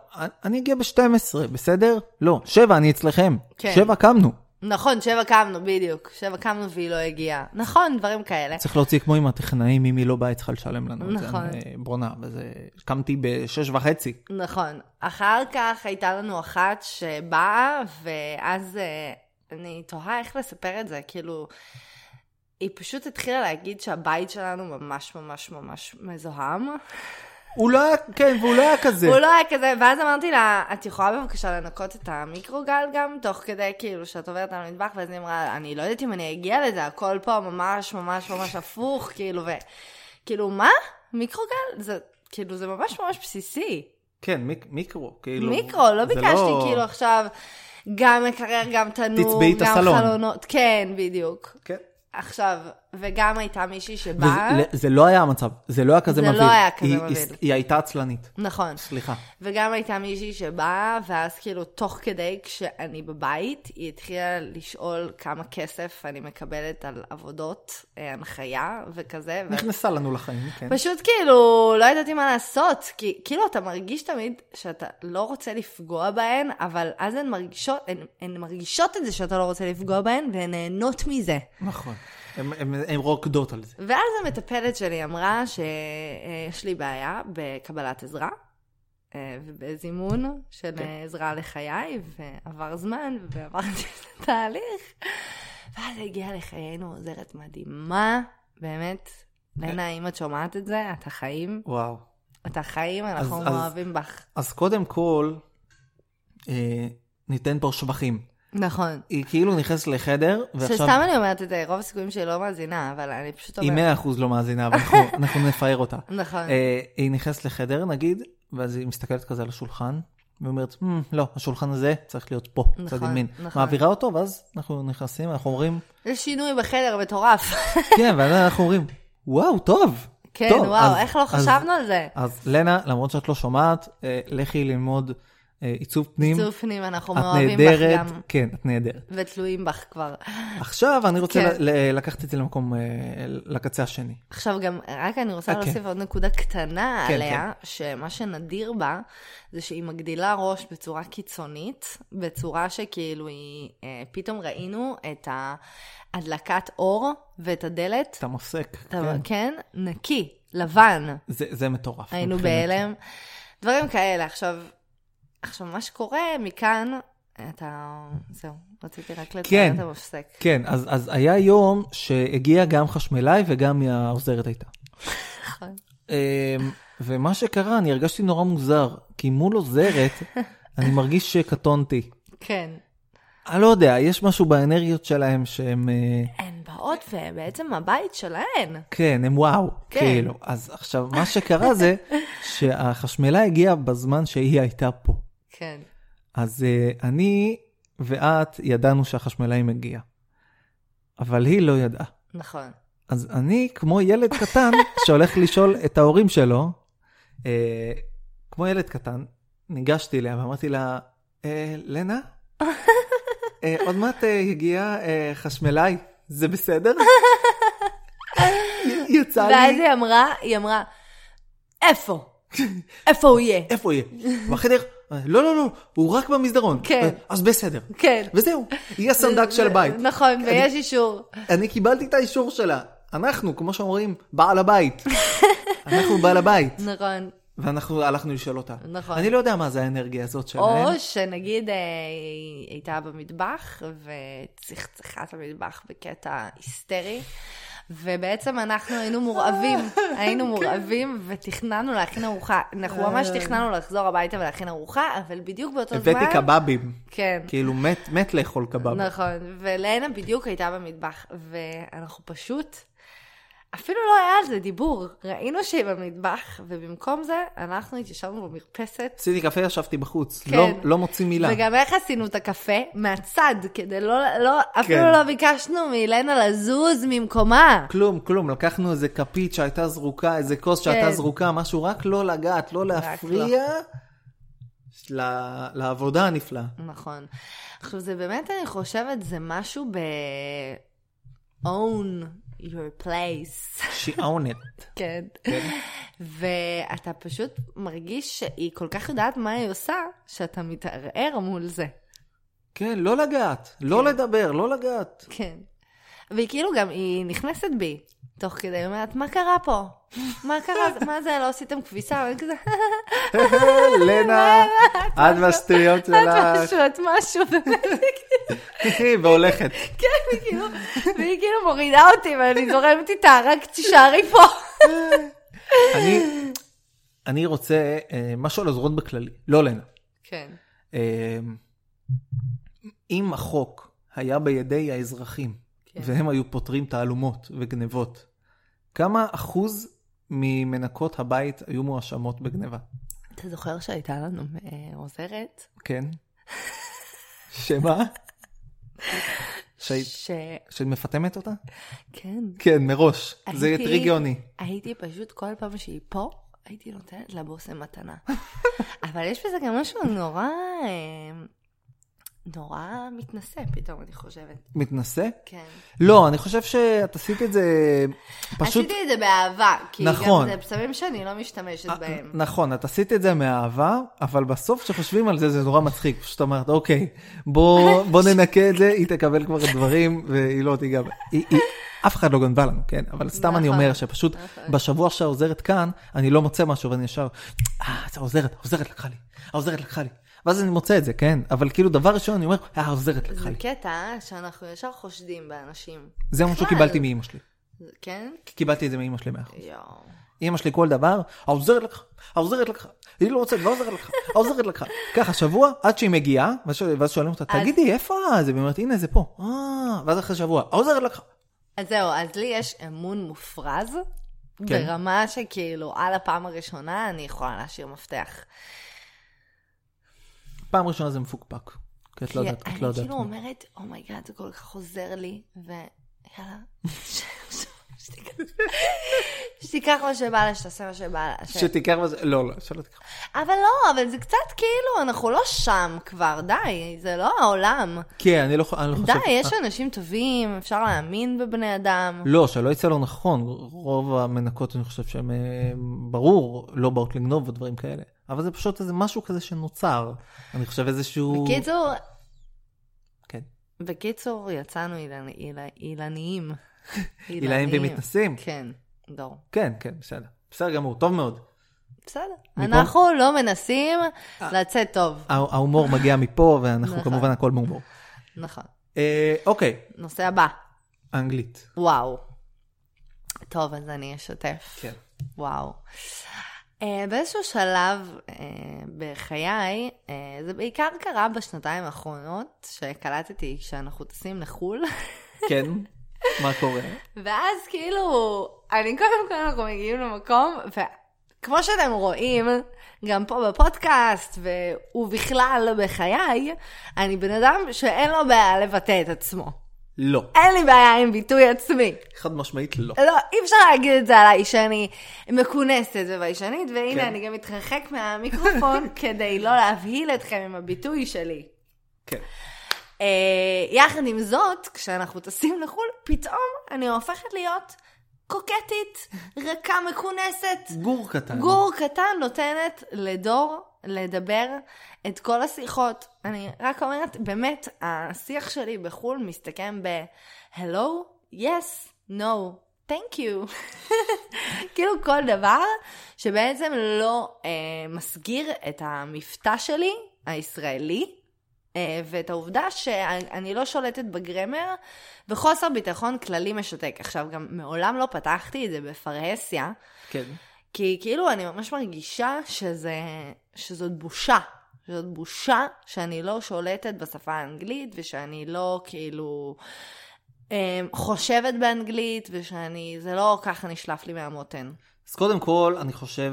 [SPEAKER 1] אני אגיע ב-12, בסדר? לא, שבע, אני אצלכם.
[SPEAKER 2] כן.
[SPEAKER 1] שבע קמנו.
[SPEAKER 2] נכון, שבע קמנו, בדיוק. שבע קמנו והיא לא הגיעה. נכון, דברים כאלה.
[SPEAKER 1] צריך להוציא כמו עם הטכנאים, אם היא לא באה, היא צריכה לשלם לנו את זה.
[SPEAKER 2] נכון.
[SPEAKER 1] אני, אה, ברונה, וזה... קמתי בשש וחצי.
[SPEAKER 2] נכון. אחר כך הייתה לנו אחת שבאה, ואז אה, אני תוהה איך לספר את זה, כאילו... היא פשוט התחילה להגיד שהבית שלנו ממש ממש ממש מזוהם.
[SPEAKER 1] הוא לא היה, כן, והוא לא היה כזה.
[SPEAKER 2] הוא לא היה כזה, ואז אמרתי לה, את יכולה בבקשה לנקות את המיקרוגל גם, תוך כדי כאילו שאת עוברת על המטבח, ואז היא אמרה, אני לא יודעת אם אני אגיע לזה, הכל פה ממש ממש ממש הפוך, כאילו, ו... כאילו, מה? מיקרוגל? זה, כאילו, זה ממש ממש בסיסי.
[SPEAKER 1] כן, מיק, מיקרו, כאילו.
[SPEAKER 2] מיקרו, לא
[SPEAKER 1] זה
[SPEAKER 2] ביקשתי כאילו עכשיו גם מקרר, גם תנור,
[SPEAKER 1] תצבעי את
[SPEAKER 2] גם
[SPEAKER 1] הסלון.
[SPEAKER 2] חלונות. כן, בדיוק.
[SPEAKER 1] כן.
[SPEAKER 2] עכשיו, וגם הייתה מישהי שבאה,
[SPEAKER 1] וזה, זה לא היה המצב, זה לא היה כזה
[SPEAKER 2] זה לא
[SPEAKER 1] מבהיל.
[SPEAKER 2] היה כזה
[SPEAKER 1] היא,
[SPEAKER 2] מבהיל.
[SPEAKER 1] היא, היא הייתה עצלנית,
[SPEAKER 2] נכון.
[SPEAKER 1] סליחה.
[SPEAKER 2] וגם הייתה מישהי שבאה, ואז כאילו תוך כדי כשאני בבית, היא התחילה לשאול כמה כסף אני מקבלת על עבודות, אה, הנחיה וכזה.
[SPEAKER 1] (laughs)
[SPEAKER 2] ו...
[SPEAKER 1] נכנסה לנו לחיים, כן.
[SPEAKER 2] פשוט כאילו, לא ידעתי מה לעשות, כי כאילו אתה מרגיש תמיד שאתה לא רוצה לפגוע בהן, אבל אז הן מרגישות, הן, הן מרגישות את זה שאתה לא רוצה לפגוע בהן, והן נהנות מזה.
[SPEAKER 1] נכון. הם, הם, הם רוקדות על זה.
[SPEAKER 2] ואז המטפלת שלי אמרה שיש לי בעיה בקבלת עזרה אה, ובזימון של
[SPEAKER 1] כן.
[SPEAKER 2] אה, עזרה לחיי, ועבר זמן ועברתי (laughs) את התהליך. ואז הגיעה לחיינו עוזרת מדהימה, באמת. לנה, אם את שומעת את זה, את החיים,
[SPEAKER 1] וואו.
[SPEAKER 2] את החיים, אנחנו
[SPEAKER 1] אז- אז-
[SPEAKER 2] מאוהבים בך.
[SPEAKER 1] אז קודם כל, אה, ניתן פה שבחים.
[SPEAKER 2] נכון.
[SPEAKER 1] היא כאילו נכנסת לחדר, ועכשיו
[SPEAKER 2] שסתם אני אומרת את זה, רוב הסיכויים שהיא לא מאזינה, אבל אני פשוט
[SPEAKER 1] היא
[SPEAKER 2] אומרת.
[SPEAKER 1] 100% לא מאזינה, אבל אנחנו-
[SPEAKER 2] (laughs)
[SPEAKER 1] אנחנו נפאר אותה.
[SPEAKER 2] נכון.
[SPEAKER 1] אה, היא נכנסת לחדר נגיד, ואז היא מסתכלת כזה על השולחן, ואומרת, "מ, לא, השולחן הזה צריך להיות פה, צד
[SPEAKER 2] נכון,
[SPEAKER 1] ימין.
[SPEAKER 2] נכון.
[SPEAKER 1] מעבירה אותו, ואז אנחנו נכנסים, אנחנו אומרים,
[SPEAKER 2] יש שינוי בחדר מטורף. (laughs)
[SPEAKER 1] כן, ואז אנחנו אומרים, וואו, טוב.
[SPEAKER 2] כן,
[SPEAKER 1] טוב,
[SPEAKER 2] וואו,
[SPEAKER 1] אז-
[SPEAKER 2] איך לא
[SPEAKER 1] אז-
[SPEAKER 2] חשבנו על זה?
[SPEAKER 1] אז לנה, למרות שאת לא שומעת, אה, לכי ללמוד אה, עיצוב פנים.
[SPEAKER 2] צוף פנים, אנחנו
[SPEAKER 1] את
[SPEAKER 2] מאוהבים בך
[SPEAKER 1] נהדרת,
[SPEAKER 2] גם,
[SPEAKER 1] כן, את נהדרת.
[SPEAKER 2] ותלויים בך כבר.
[SPEAKER 1] עכשיו אני רוצה
[SPEAKER 2] כן.
[SPEAKER 1] ל- ל- לקחת את זה למקום, אה, לקצה השני.
[SPEAKER 2] עכשיו גם, רק אני רוצה
[SPEAKER 1] אה, כן.
[SPEAKER 2] להוסיף עוד נקודה קטנה
[SPEAKER 1] כן,
[SPEAKER 2] עליה, שמה שנדיר בה, זה שהיא מגדילה ראש בצורה קיצונית, בצורה שכאילו היא, אה, פתאום ראינו את הדלקת אור ואת הדלת,
[SPEAKER 1] אתה מוסק,
[SPEAKER 2] אתה-
[SPEAKER 1] כן.
[SPEAKER 2] כן, נקי, לבן,
[SPEAKER 1] זה- זה מטורף.
[SPEAKER 2] היינו
[SPEAKER 1] מבחינתי.
[SPEAKER 2] בהלם, דברים כאלה. עכשיו, עכשיו, מה שקורה מכאן, אתה, זהו, רציתי רק
[SPEAKER 1] כן.
[SPEAKER 2] לציין את המפסק.
[SPEAKER 1] כן, אז, אז היה יום שהגיע גם חשמלאי וגם היא העוזרת הייתה.
[SPEAKER 2] נכון.
[SPEAKER 1] אמ, ומה שקרה, אני הרגשתי נורא מוזר, כי
[SPEAKER 2] (laughs)
[SPEAKER 1] מול עוזרת, אני מרגיש שקטונתי.
[SPEAKER 2] כן.
[SPEAKER 1] אני לא יודע, יש משהו באנרגיות שלהם שהם, אה,
[SPEAKER 2] הן באות ובעצם הבית שלהן.
[SPEAKER 1] כן, הם וואו,
[SPEAKER 2] כן.
[SPEAKER 1] כאילו. אז עכשיו, מה
[SPEAKER 2] (laughs)
[SPEAKER 1] שקרה זה שהחשמלאי הגיע בזמן שהיא הייתה פה.
[SPEAKER 2] כן.
[SPEAKER 1] אז אה, אני ואת ידענו שהחשמלאי מגיע, אבל היא לא ידעה.
[SPEAKER 2] נכון.
[SPEAKER 1] אז אני, כמו ילד קטן (laughs) שהולך לשאול את ההורים שלו, אה, כמו ילד קטן, ניגשתי אליה ואמרתי לה, אה, לנה, אה, עוד מעט אה, הגיע אה, חשמלאי, זה
[SPEAKER 2] (laughs)
[SPEAKER 1] בסדר? י- יצא
[SPEAKER 2] ואז
[SPEAKER 1] לי,
[SPEAKER 2] היא אמרה, היא אמרה, איפה?
[SPEAKER 1] (laughs)
[SPEAKER 2] איפה הוא יהיה?
[SPEAKER 1] איפה יהיה? בחדר? אה, לא, לא, לא, הוא רק במסדרון.
[SPEAKER 2] כן.
[SPEAKER 1] אה, אז בסדר.
[SPEAKER 2] כן.
[SPEAKER 1] וזהו, היא הסנדק של הבית.
[SPEAKER 2] נכון, ויש אישור.
[SPEAKER 1] אני קיבלתי את האישור שלה. אנחנו, כמו שאומרים, בעל הבית. אנחנו בעל הבית.
[SPEAKER 2] נכון.
[SPEAKER 1] ואנחנו הלכנו לשאול אותה.
[SPEAKER 2] נכון.
[SPEAKER 1] אני לא יודע מה זה האנרגיה הזאת שלהם.
[SPEAKER 2] או שנגיד אה, היא הייתה במטבח וצחצחה את המטבח בקטע היסטרי. ובעצם אנחנו היינו
[SPEAKER 1] (laughs)
[SPEAKER 2] מורעבים,
[SPEAKER 1] כן.
[SPEAKER 2] היינו מורעבים ותכננו להכין ארוחה. אנחנו ממש תכננו לחזור הביתה ולהכין ארוחה, אבל בדיוק באותו זמן...
[SPEAKER 1] אה. הבאתי קבבים.
[SPEAKER 2] כן.
[SPEAKER 1] כאילו, מת, מת לאכול קבב.
[SPEAKER 2] נכון, ולנה בדיוק הייתה במטבח, ואנחנו פשוט, אפילו לא היה על זה דיבור, ראינו שהיא במטבח, ובמקום זה אנחנו התיישבנו במרפסת,
[SPEAKER 1] עשיתי קפה, ישבתי בחוץ.
[SPEAKER 2] כן.
[SPEAKER 1] לא, לא מוציא מילה.
[SPEAKER 2] וגם איך עשינו את הקפה? מהצד, כדי לא, לא אפילו לא ביקשנו מלנה לזוז ממקומה.
[SPEAKER 1] כלום, כלום. לקחנו איזה כפית שהייתה זרוקה, איזה כוס שהייתה
[SPEAKER 2] כן.
[SPEAKER 1] זרוקה, משהו רק לא לגעת, לא להפריע. ל- לעבודה הנפלאה.
[SPEAKER 2] נכון. עכשיו, זה באמת, אני חושבת, זה משהו ב... own your place.
[SPEAKER 1] שיעונת.
[SPEAKER 2] כן. (laughs) ואתה פשוט מרגיש שהיא כל כך יודעת מה היא עושה, שאתה מתערער מול זה.
[SPEAKER 1] כן, לא לגעת, לא לדבר, לא לגעת.
[SPEAKER 2] כן. והיא כאילו גם, היא נכנסת בי, תוך כדי, היא אומרת, מה קרה פה? מה (laughs) קרה? מה זה, לא עשיתם כביסה? ואני כזה, "אה,
[SPEAKER 1] לנה, את והשטויות
[SPEAKER 2] את
[SPEAKER 1] (laughs) שלך,
[SPEAKER 2] פשוט משהו, (laughs) באמת,
[SPEAKER 1] והולכת.
[SPEAKER 2] כן, היא כאילו, והיא כאילו מורידה אותי, ואני זורמת איתה, רק תישארי פה.
[SPEAKER 1] אני- אני רוצה אה, משהו על עוזרות בכללי, לא לנה.
[SPEAKER 2] כן.
[SPEAKER 1] אה, אם החוק היה בידי האזרחים,
[SPEAKER 2] כן.
[SPEAKER 1] והם היו פותרים תעלומות וגנבות, כמה אחוז ממנקות הבית היו מואשמות בגנבה?
[SPEAKER 2] אתה זוכר שהייתה לנו אה, עוזרת?
[SPEAKER 1] כן.
[SPEAKER 2] (laughs)
[SPEAKER 1] שמה? שהיית,
[SPEAKER 2] ש...
[SPEAKER 1] שאת מפטמת אותה?
[SPEAKER 2] כן.
[SPEAKER 1] כן, מראש. זה
[SPEAKER 2] הייתי-
[SPEAKER 1] יותר הגיוני.
[SPEAKER 2] הייתי פשוט, כל פעם שהיא פה, הייתי נותנת לבושם (laughs) מתנה. אבל יש בזה גם משהו נורא, אה, נורא מתנשא פתאום, אני חושבת.
[SPEAKER 1] מתנשא?
[SPEAKER 2] כן.
[SPEAKER 1] לא, אני חושב שאת עשית את זה פשוט...
[SPEAKER 2] עשיתי את זה באהבה, כי
[SPEAKER 1] נכון.
[SPEAKER 2] גם זה פסמים שאני לא משתמשת בהם.
[SPEAKER 1] נכון, את עשית את זה מאהבה, אבל בסוף כשחושבים על זה, זה נורא מצחיק. פשוט אמרת, אוקיי,
[SPEAKER 2] (laughs)
[SPEAKER 1] בוא, בוא ננקה את זה, היא תקבל כבר דברים, והיא לא תיגע. ב- היא, היא, אף אחד לא גנבה לנו, כן? אבל סתם אני
[SPEAKER 2] נכון,
[SPEAKER 1] אומר שפשוט בשבוע שהעוזרת כאן, אני לא מוצא משהו, ואני ישר, אה, זה העוזרת, העוזרת לקחה לי, העוזרת לקחה לי. ואז אני מוצא את זה, כן? אבל כאילו, דבר ראשון, אני אומר, אה, העוזרת לקחה
[SPEAKER 2] זה
[SPEAKER 1] לי.
[SPEAKER 2] קטע שאנחנו ישר חושדים באנשים.
[SPEAKER 1] זה מה
[SPEAKER 2] בכלל.
[SPEAKER 1] שקיבלתי מאימא שלי.
[SPEAKER 2] זה- כן?
[SPEAKER 1] קיבלתי את זה מאימא שלי מאה אחוז.
[SPEAKER 2] יואו.
[SPEAKER 1] אימא שלי כל דבר, העוזרת לקחה, העוזרת לקחה, היא לא רוצה, והעוזרת לקחה, העוזרת לקחה. ככה שבוע עד שהיא מגיעה, ואז שואל- ואז שואלים אותה,
[SPEAKER 2] אז-
[SPEAKER 1] תגידי, איפה זה? והיא אומרת, הנה זה פה. אה, ואז אחרי שבוע, העוזרת לקחה.
[SPEAKER 2] אז זהו, אז לי יש אמון מופרז, כן.
[SPEAKER 1] כן.
[SPEAKER 2] ברמה שכאילו, על הפעם הראשונה אני יכולה להשאיר מפתח.
[SPEAKER 1] פעם ראשונה זה מפוקפק. כי את לא
[SPEAKER 2] כי
[SPEAKER 1] יודעת, את לא
[SPEAKER 2] אני
[SPEAKER 1] יודעת.
[SPEAKER 2] כאילו
[SPEAKER 1] מה.
[SPEAKER 2] אומרת, אומייגאד, זה כל כך עוזר לי, ויאללה, ש- שתיקח- שתיקח מה שבא לה, שתעשה מה שבא לה. ש-
[SPEAKER 1] שתיקח וזה, לא, לא, שלא תיקח.
[SPEAKER 2] אבל לא, אבל זה קצת כאילו, אנחנו לא שם כבר, די, זה לא העולם.
[SPEAKER 1] כן, אני לא ח- אני לא חושב.
[SPEAKER 2] די, יש
[SPEAKER 1] אה,
[SPEAKER 2] אנשים טובים, אפשר להאמין בבני אדם.
[SPEAKER 1] לא, שלא יצא לא נכון, רוב המנקות, אני חושב שהן, אה, ברור, לא באות לגנוב ודברים כאלה. אבל זה פשוט איזה משהו כזה שנוצר. אני חושב איזשהו...
[SPEAKER 2] בקיצור,
[SPEAKER 1] כן.
[SPEAKER 2] בקיצור, יצאנו אילנ- אילנ- אילניים.
[SPEAKER 1] (laughs) עילאים ומתנסים.
[SPEAKER 2] כן, דור.
[SPEAKER 1] כן, כן, בסדר. בסדר גמור, טוב מאוד.
[SPEAKER 2] בסדר.
[SPEAKER 1] מפה-
[SPEAKER 2] אנחנו לא מנסים לצאת טוב.
[SPEAKER 1] הה- ההומור מגיע מפה, ואנחנו
[SPEAKER 2] נכון.
[SPEAKER 1] כמובן הכל בהומור.
[SPEAKER 2] נכון.
[SPEAKER 1] אה, אוקיי,
[SPEAKER 2] נושא הבא.
[SPEAKER 1] אנגלית.
[SPEAKER 2] וואו. טוב, אז אני אשתף.
[SPEAKER 1] כן.
[SPEAKER 2] וואו. Uh, באיזשהו שלב uh, בחיי, uh, זה בעיקר קרה בשנתיים האחרונות, שקלטתי שאנחנו טסים לחו"ל, (laughs)
[SPEAKER 1] כן, מה קורה?
[SPEAKER 2] ואז כאילו, אני קודם כל אנחנו מגיעים למקום, וכמו שאתם רואים, גם פה בפודקאסט, ו- ובכלל בחיי, אני בן אדם שאין לו בעיה לבטא את עצמו.
[SPEAKER 1] לא.
[SPEAKER 2] אין לי בעיה עם ביטוי עצמי.
[SPEAKER 1] חד משמעית לא.
[SPEAKER 2] לא, אי אפשר להגיד את זה עליי שאני מכונסת וביישנית, והנה
[SPEAKER 1] כן.
[SPEAKER 2] אני גם אתרחק מהמיקרופון כדי לא להבהיל אתכם עם הביטוי שלי.
[SPEAKER 1] כן.
[SPEAKER 2] אה, יחד עם זאת, כשאנחנו טסים לחו"ל, פתאום אני הופכת להיות קוקטית, רכה מכונסת.
[SPEAKER 1] גור קטן.
[SPEAKER 2] גור קטן נותנת לדור לדבר את כל השיחות. אני רק אומרת, באמת, השיח שלי בחו"ל מסתכם ב-Hello, yes, no, thank you. (laughs) כאילו כל דבר שבעצם לא אה, מסגיר את המבטא שלי, הישראלי, אה, ואת העובדה שאני לא שולטת בגרמר, וחוסר ביטחון כללי משתק. עכשיו, גם מעולם לא פתחתי את זה בפרהסיה.
[SPEAKER 1] כן.
[SPEAKER 2] כי כאילו אני ממש מרגישה שזה, שזאת בושה. זאת בושה שאני לא שולטת בשפה האנגלית, ושאני לא כאילו אה, חושבת באנגלית, ושאני, זה לא ככה נשלף לי מהמותן.
[SPEAKER 1] אז קודם כל, אני חושב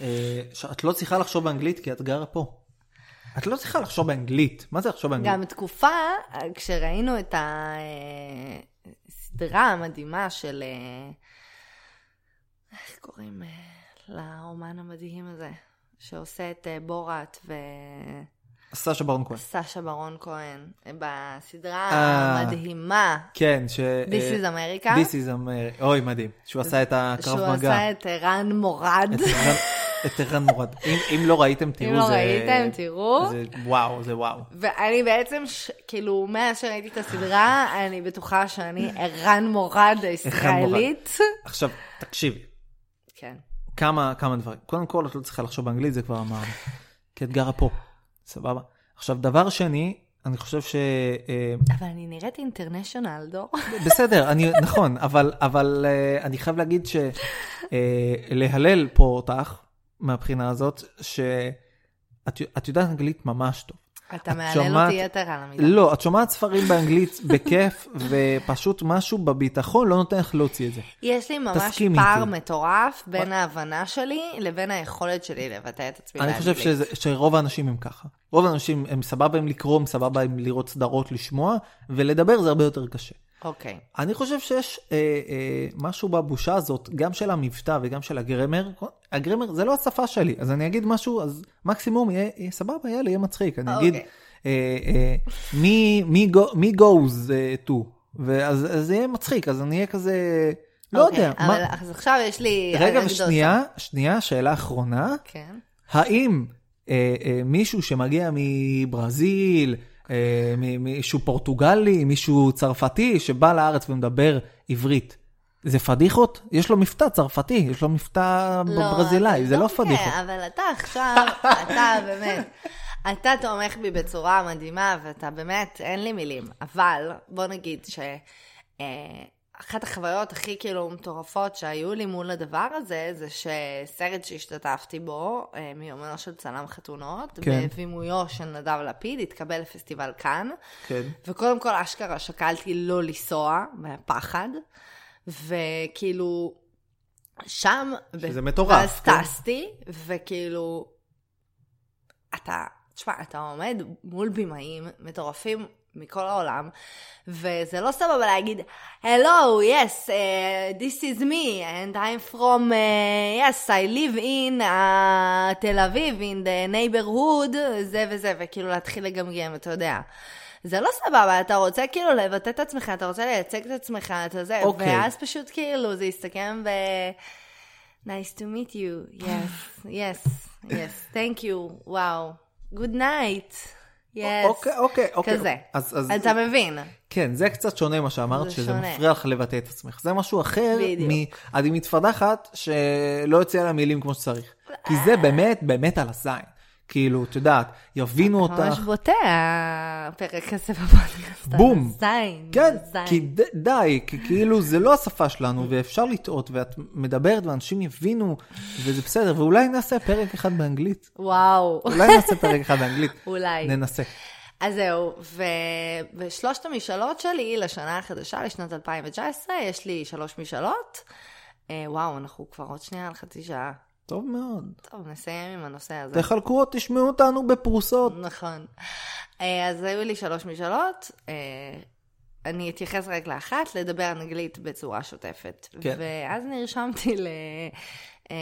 [SPEAKER 1] אה, שאת לא צריכה לחשוב באנגלית כי את גרה פה. את לא צריכה לחשוב באנגלית. מה זה לחשוב באנגלית?
[SPEAKER 2] גם תקופה, אה, כשראינו את הסדרה המדהימה של... אה, איך קוראים אה, לאומן המדהים הזה, שעושה את אה, בורת ו...
[SPEAKER 1] סשה ברון כהן.
[SPEAKER 2] סשה ברון כהן, בסדרה
[SPEAKER 1] אה.
[SPEAKER 2] המדהימה
[SPEAKER 1] כן, ש...
[SPEAKER 2] This is America,
[SPEAKER 1] This is America. אוי, מדהים. שהוא עשה את הקרב
[SPEAKER 2] שהוא
[SPEAKER 1] מגע.
[SPEAKER 2] עשה את רן מורד,
[SPEAKER 1] את- את ערן מורד. אם- אם לא ראיתם, תראו.
[SPEAKER 2] אם לא
[SPEAKER 1] זה-
[SPEAKER 2] ראיתם, תראו.
[SPEAKER 1] זה וואו, זה וואו.
[SPEAKER 2] ואני בעצם, ש... כאילו, מאז שראיתי את הסדרה, אני בטוחה שאני ערן מורד הישראלית.
[SPEAKER 1] עכשיו, תקשיבי,
[SPEAKER 2] כן.
[SPEAKER 1] כמה, כמה דברים. קודם כל, את לא צריכה לחשוב באנגלית, זה כבר אמרנו. כי את גרה פה, סבבה? עכשיו, דבר שני, אני חושב ש... אה,
[SPEAKER 2] אבל אני נראית אינטרנשיונל, דור.
[SPEAKER 1] בסדר, אני, נכון, אבל, אבל אה, אני חייב להגיד שלהלל פה אותך, מהבחינה הזאת, שאת את יודעת אנגלית ממש טוב.
[SPEAKER 2] אתה
[SPEAKER 1] את
[SPEAKER 2] מהלל
[SPEAKER 1] שומעת-
[SPEAKER 2] אותי יתר על המידה.
[SPEAKER 1] לא, את שומעת ספרים באנגלית בכיף, (laughs) ופשוט משהו בביטחון לא נותן לך להוציא את זה.
[SPEAKER 2] יש לי ממש
[SPEAKER 1] תסכימי
[SPEAKER 2] פער
[SPEAKER 1] איתי.
[SPEAKER 2] מטורף בין ההבנה שלי לבין היכולת שלי לבטא את עצמי
[SPEAKER 1] אני
[SPEAKER 2] באנגלית.
[SPEAKER 1] חושב שזה, שרוב האנשים הם ככה. רוב האנשים הם סבבה עם לקרוא, הם סבבה עם לראות סדרות, לשמוע, ולדבר זה הרבה יותר קשה.
[SPEAKER 2] אוקיי.
[SPEAKER 1] אני חושב שיש אה, אה, משהו בבושה הזאת, גם של המבטא וגם של הגרמר. הגרמר זה לא השפה שלי, אז אני אגיד משהו, אז מקסימום יהיה, יהיה סבבה, יאללה, יהיה מצחיק. אני
[SPEAKER 2] אוקיי.
[SPEAKER 1] אגיד, אה, אה, מי, מי, גו- מי goes אה, to, ואז אז זה יהיה מצחיק, אז אני אהיה כזה, לא
[SPEAKER 2] אוקיי,
[SPEAKER 1] יודע.
[SPEAKER 2] אבל אז עכשיו יש לי
[SPEAKER 1] רגע,
[SPEAKER 2] אנקדוטה.
[SPEAKER 1] ושנייה, שנייה, שאלה אחרונה.
[SPEAKER 2] כן.
[SPEAKER 1] האם אה, אה, מישהו שמגיע מברזיל, אה, מ- מישהו פורטוגלי, מישהו צרפתי שבא לארץ ומדבר עברית, זה פדיחות? יש לו מבטא צרפתי, יש לו מבטא ברזילאי, זה לא פדיחות.
[SPEAKER 2] כן, אבל אתה עכשיו,
[SPEAKER 1] (laughs)
[SPEAKER 2] אתה באמת, אתה תומך בי בצורה מדהימה, ואתה באמת, אין לי מילים. אבל, בוא נגיד ש... אה, אחת החוויות הכי כאילו מטורפות שהיו לי מול הדבר הזה, זה שסרט שהשתתפתי בו, אה, מיומנו של צלם חתונות,
[SPEAKER 1] כן.
[SPEAKER 2] בבימויו של נדב לפיד, התקבל לפסטיבל כאן.
[SPEAKER 1] כן.
[SPEAKER 2] וקודם כל, אשכרה שקלתי לא לנסוע מהפחד, וכאילו, שם...
[SPEAKER 1] שזה מטורף,
[SPEAKER 2] ואז
[SPEAKER 1] כן.
[SPEAKER 2] טסתי, וכאילו, אתה, תשמע, אתה עומד מול במאים מטורפים מכל העולם, וזה לא סבבה להגיד, Hello, yes, uh, this is me, and I'm from, uh, yes, I live in uh, תל אביב, in the neighborhood, זה וזה, וכאילו להתחיל לגמגם, אתה יודע. זה לא סבבה, אתה רוצה כאילו לבטא את עצמך, אתה רוצה לייצג את עצמך, אתה זה,
[SPEAKER 1] אוקיי.
[SPEAKER 2] ואז פשוט כאילו זה הסתכם ב... Nice to meet you. Yes, (sighs) yes, yes. Thank you. וואו. Good night. Yes.
[SPEAKER 1] אוקיי, אוקיי, אוקיי.
[SPEAKER 2] כזה.
[SPEAKER 1] אז, אז,
[SPEAKER 2] אתה מבין.
[SPEAKER 1] כן, זה קצת שונה מה
[SPEAKER 2] זה
[SPEAKER 1] שאמרת, שזה
[SPEAKER 2] שונה.
[SPEAKER 1] מפריע לך לבטא את עצמך. זה משהו אחר,
[SPEAKER 2] בדיוק.
[SPEAKER 1] מ... את מתפדחת שלא יוצא לה מילים כמו שצריך. כי זה באמת, באמת על הזין. כאילו, את יודעת, יבינו אותך.
[SPEAKER 2] ממש בוטה הפרק הזה בפודקאסט.
[SPEAKER 1] בום.
[SPEAKER 2] זין.
[SPEAKER 1] כן,
[SPEAKER 2] זין.
[SPEAKER 1] כי ד, די, כי כאילו זה לא השפה שלנו, ואפשר לטעות, ואת מדברת ואנשים יבינו, וזה בסדר, ואולי נעשה פרק אחד באנגלית.
[SPEAKER 2] וואו.
[SPEAKER 1] אולי נעשה פרק אחד באנגלית.
[SPEAKER 2] (laughs) אולי.
[SPEAKER 1] ננסה.
[SPEAKER 2] אז זהו, ו... ושלושת המשאלות שלי לשנה החדשה, לשנת 2019, יש לי שלוש משאלות. אה, וואו, אנחנו כבר עוד שנייה על חצי שעה.
[SPEAKER 1] טוב מאוד.
[SPEAKER 2] טוב, נסיים עם הנושא הזה.
[SPEAKER 1] תחלקו, תשמעו אותנו בפרוסות.
[SPEAKER 2] נכון. אה, אז היו לי שלוש משאלות. אה, אני אתייחס רק לאחת, לדבר אנגלית בצורה שוטפת.
[SPEAKER 1] כן.
[SPEAKER 2] ואז נרשמתי ל... אה,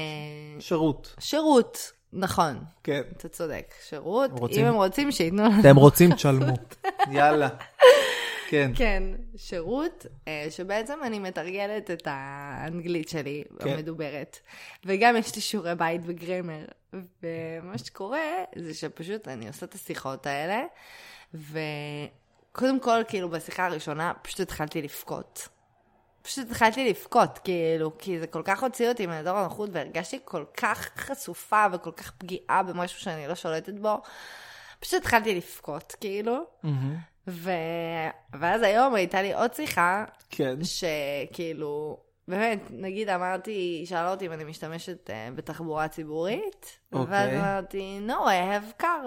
[SPEAKER 1] שירות.
[SPEAKER 2] שירות, נכון,
[SPEAKER 1] כן.
[SPEAKER 2] אתה צודק, שירות.
[SPEAKER 1] רוצים?
[SPEAKER 2] אם הם רוצים, שייתנו לנו.
[SPEAKER 1] אתם רוצים, תשלמו. (laughs) יאללה. כן.
[SPEAKER 2] כן, שירות, אה, שבעצם אני מתרגלת את האנגלית שלי
[SPEAKER 1] כן.
[SPEAKER 2] המדוברת. וגם יש לי שיעורי בית בגרמר. ומה שקורה זה שפשוט אני עושה את השיחות האלה, וקודם כל, כאילו, בשיחה הראשונה פשוט התחלתי לבכות. פשוט התחלתי לבכות, כאילו, כי זה כל כך הוציא אותי מאזור הנוחות, והרגשתי כל כך חשופה וכל כך פגיעה במשהו שאני לא שולטת בו. פשוט התחלתי לבכות, כאילו.
[SPEAKER 1] מהמם.
[SPEAKER 2] ו... ואז היום הייתה לי עוד שיחה,
[SPEAKER 1] כן.
[SPEAKER 2] שכאילו, באמת, נגיד אמרתי, שאלה אותי אם אני משתמשת אה, בתחבורה ציבורית,
[SPEAKER 1] אוקיי.
[SPEAKER 2] ואז אמרתי, no, I have car.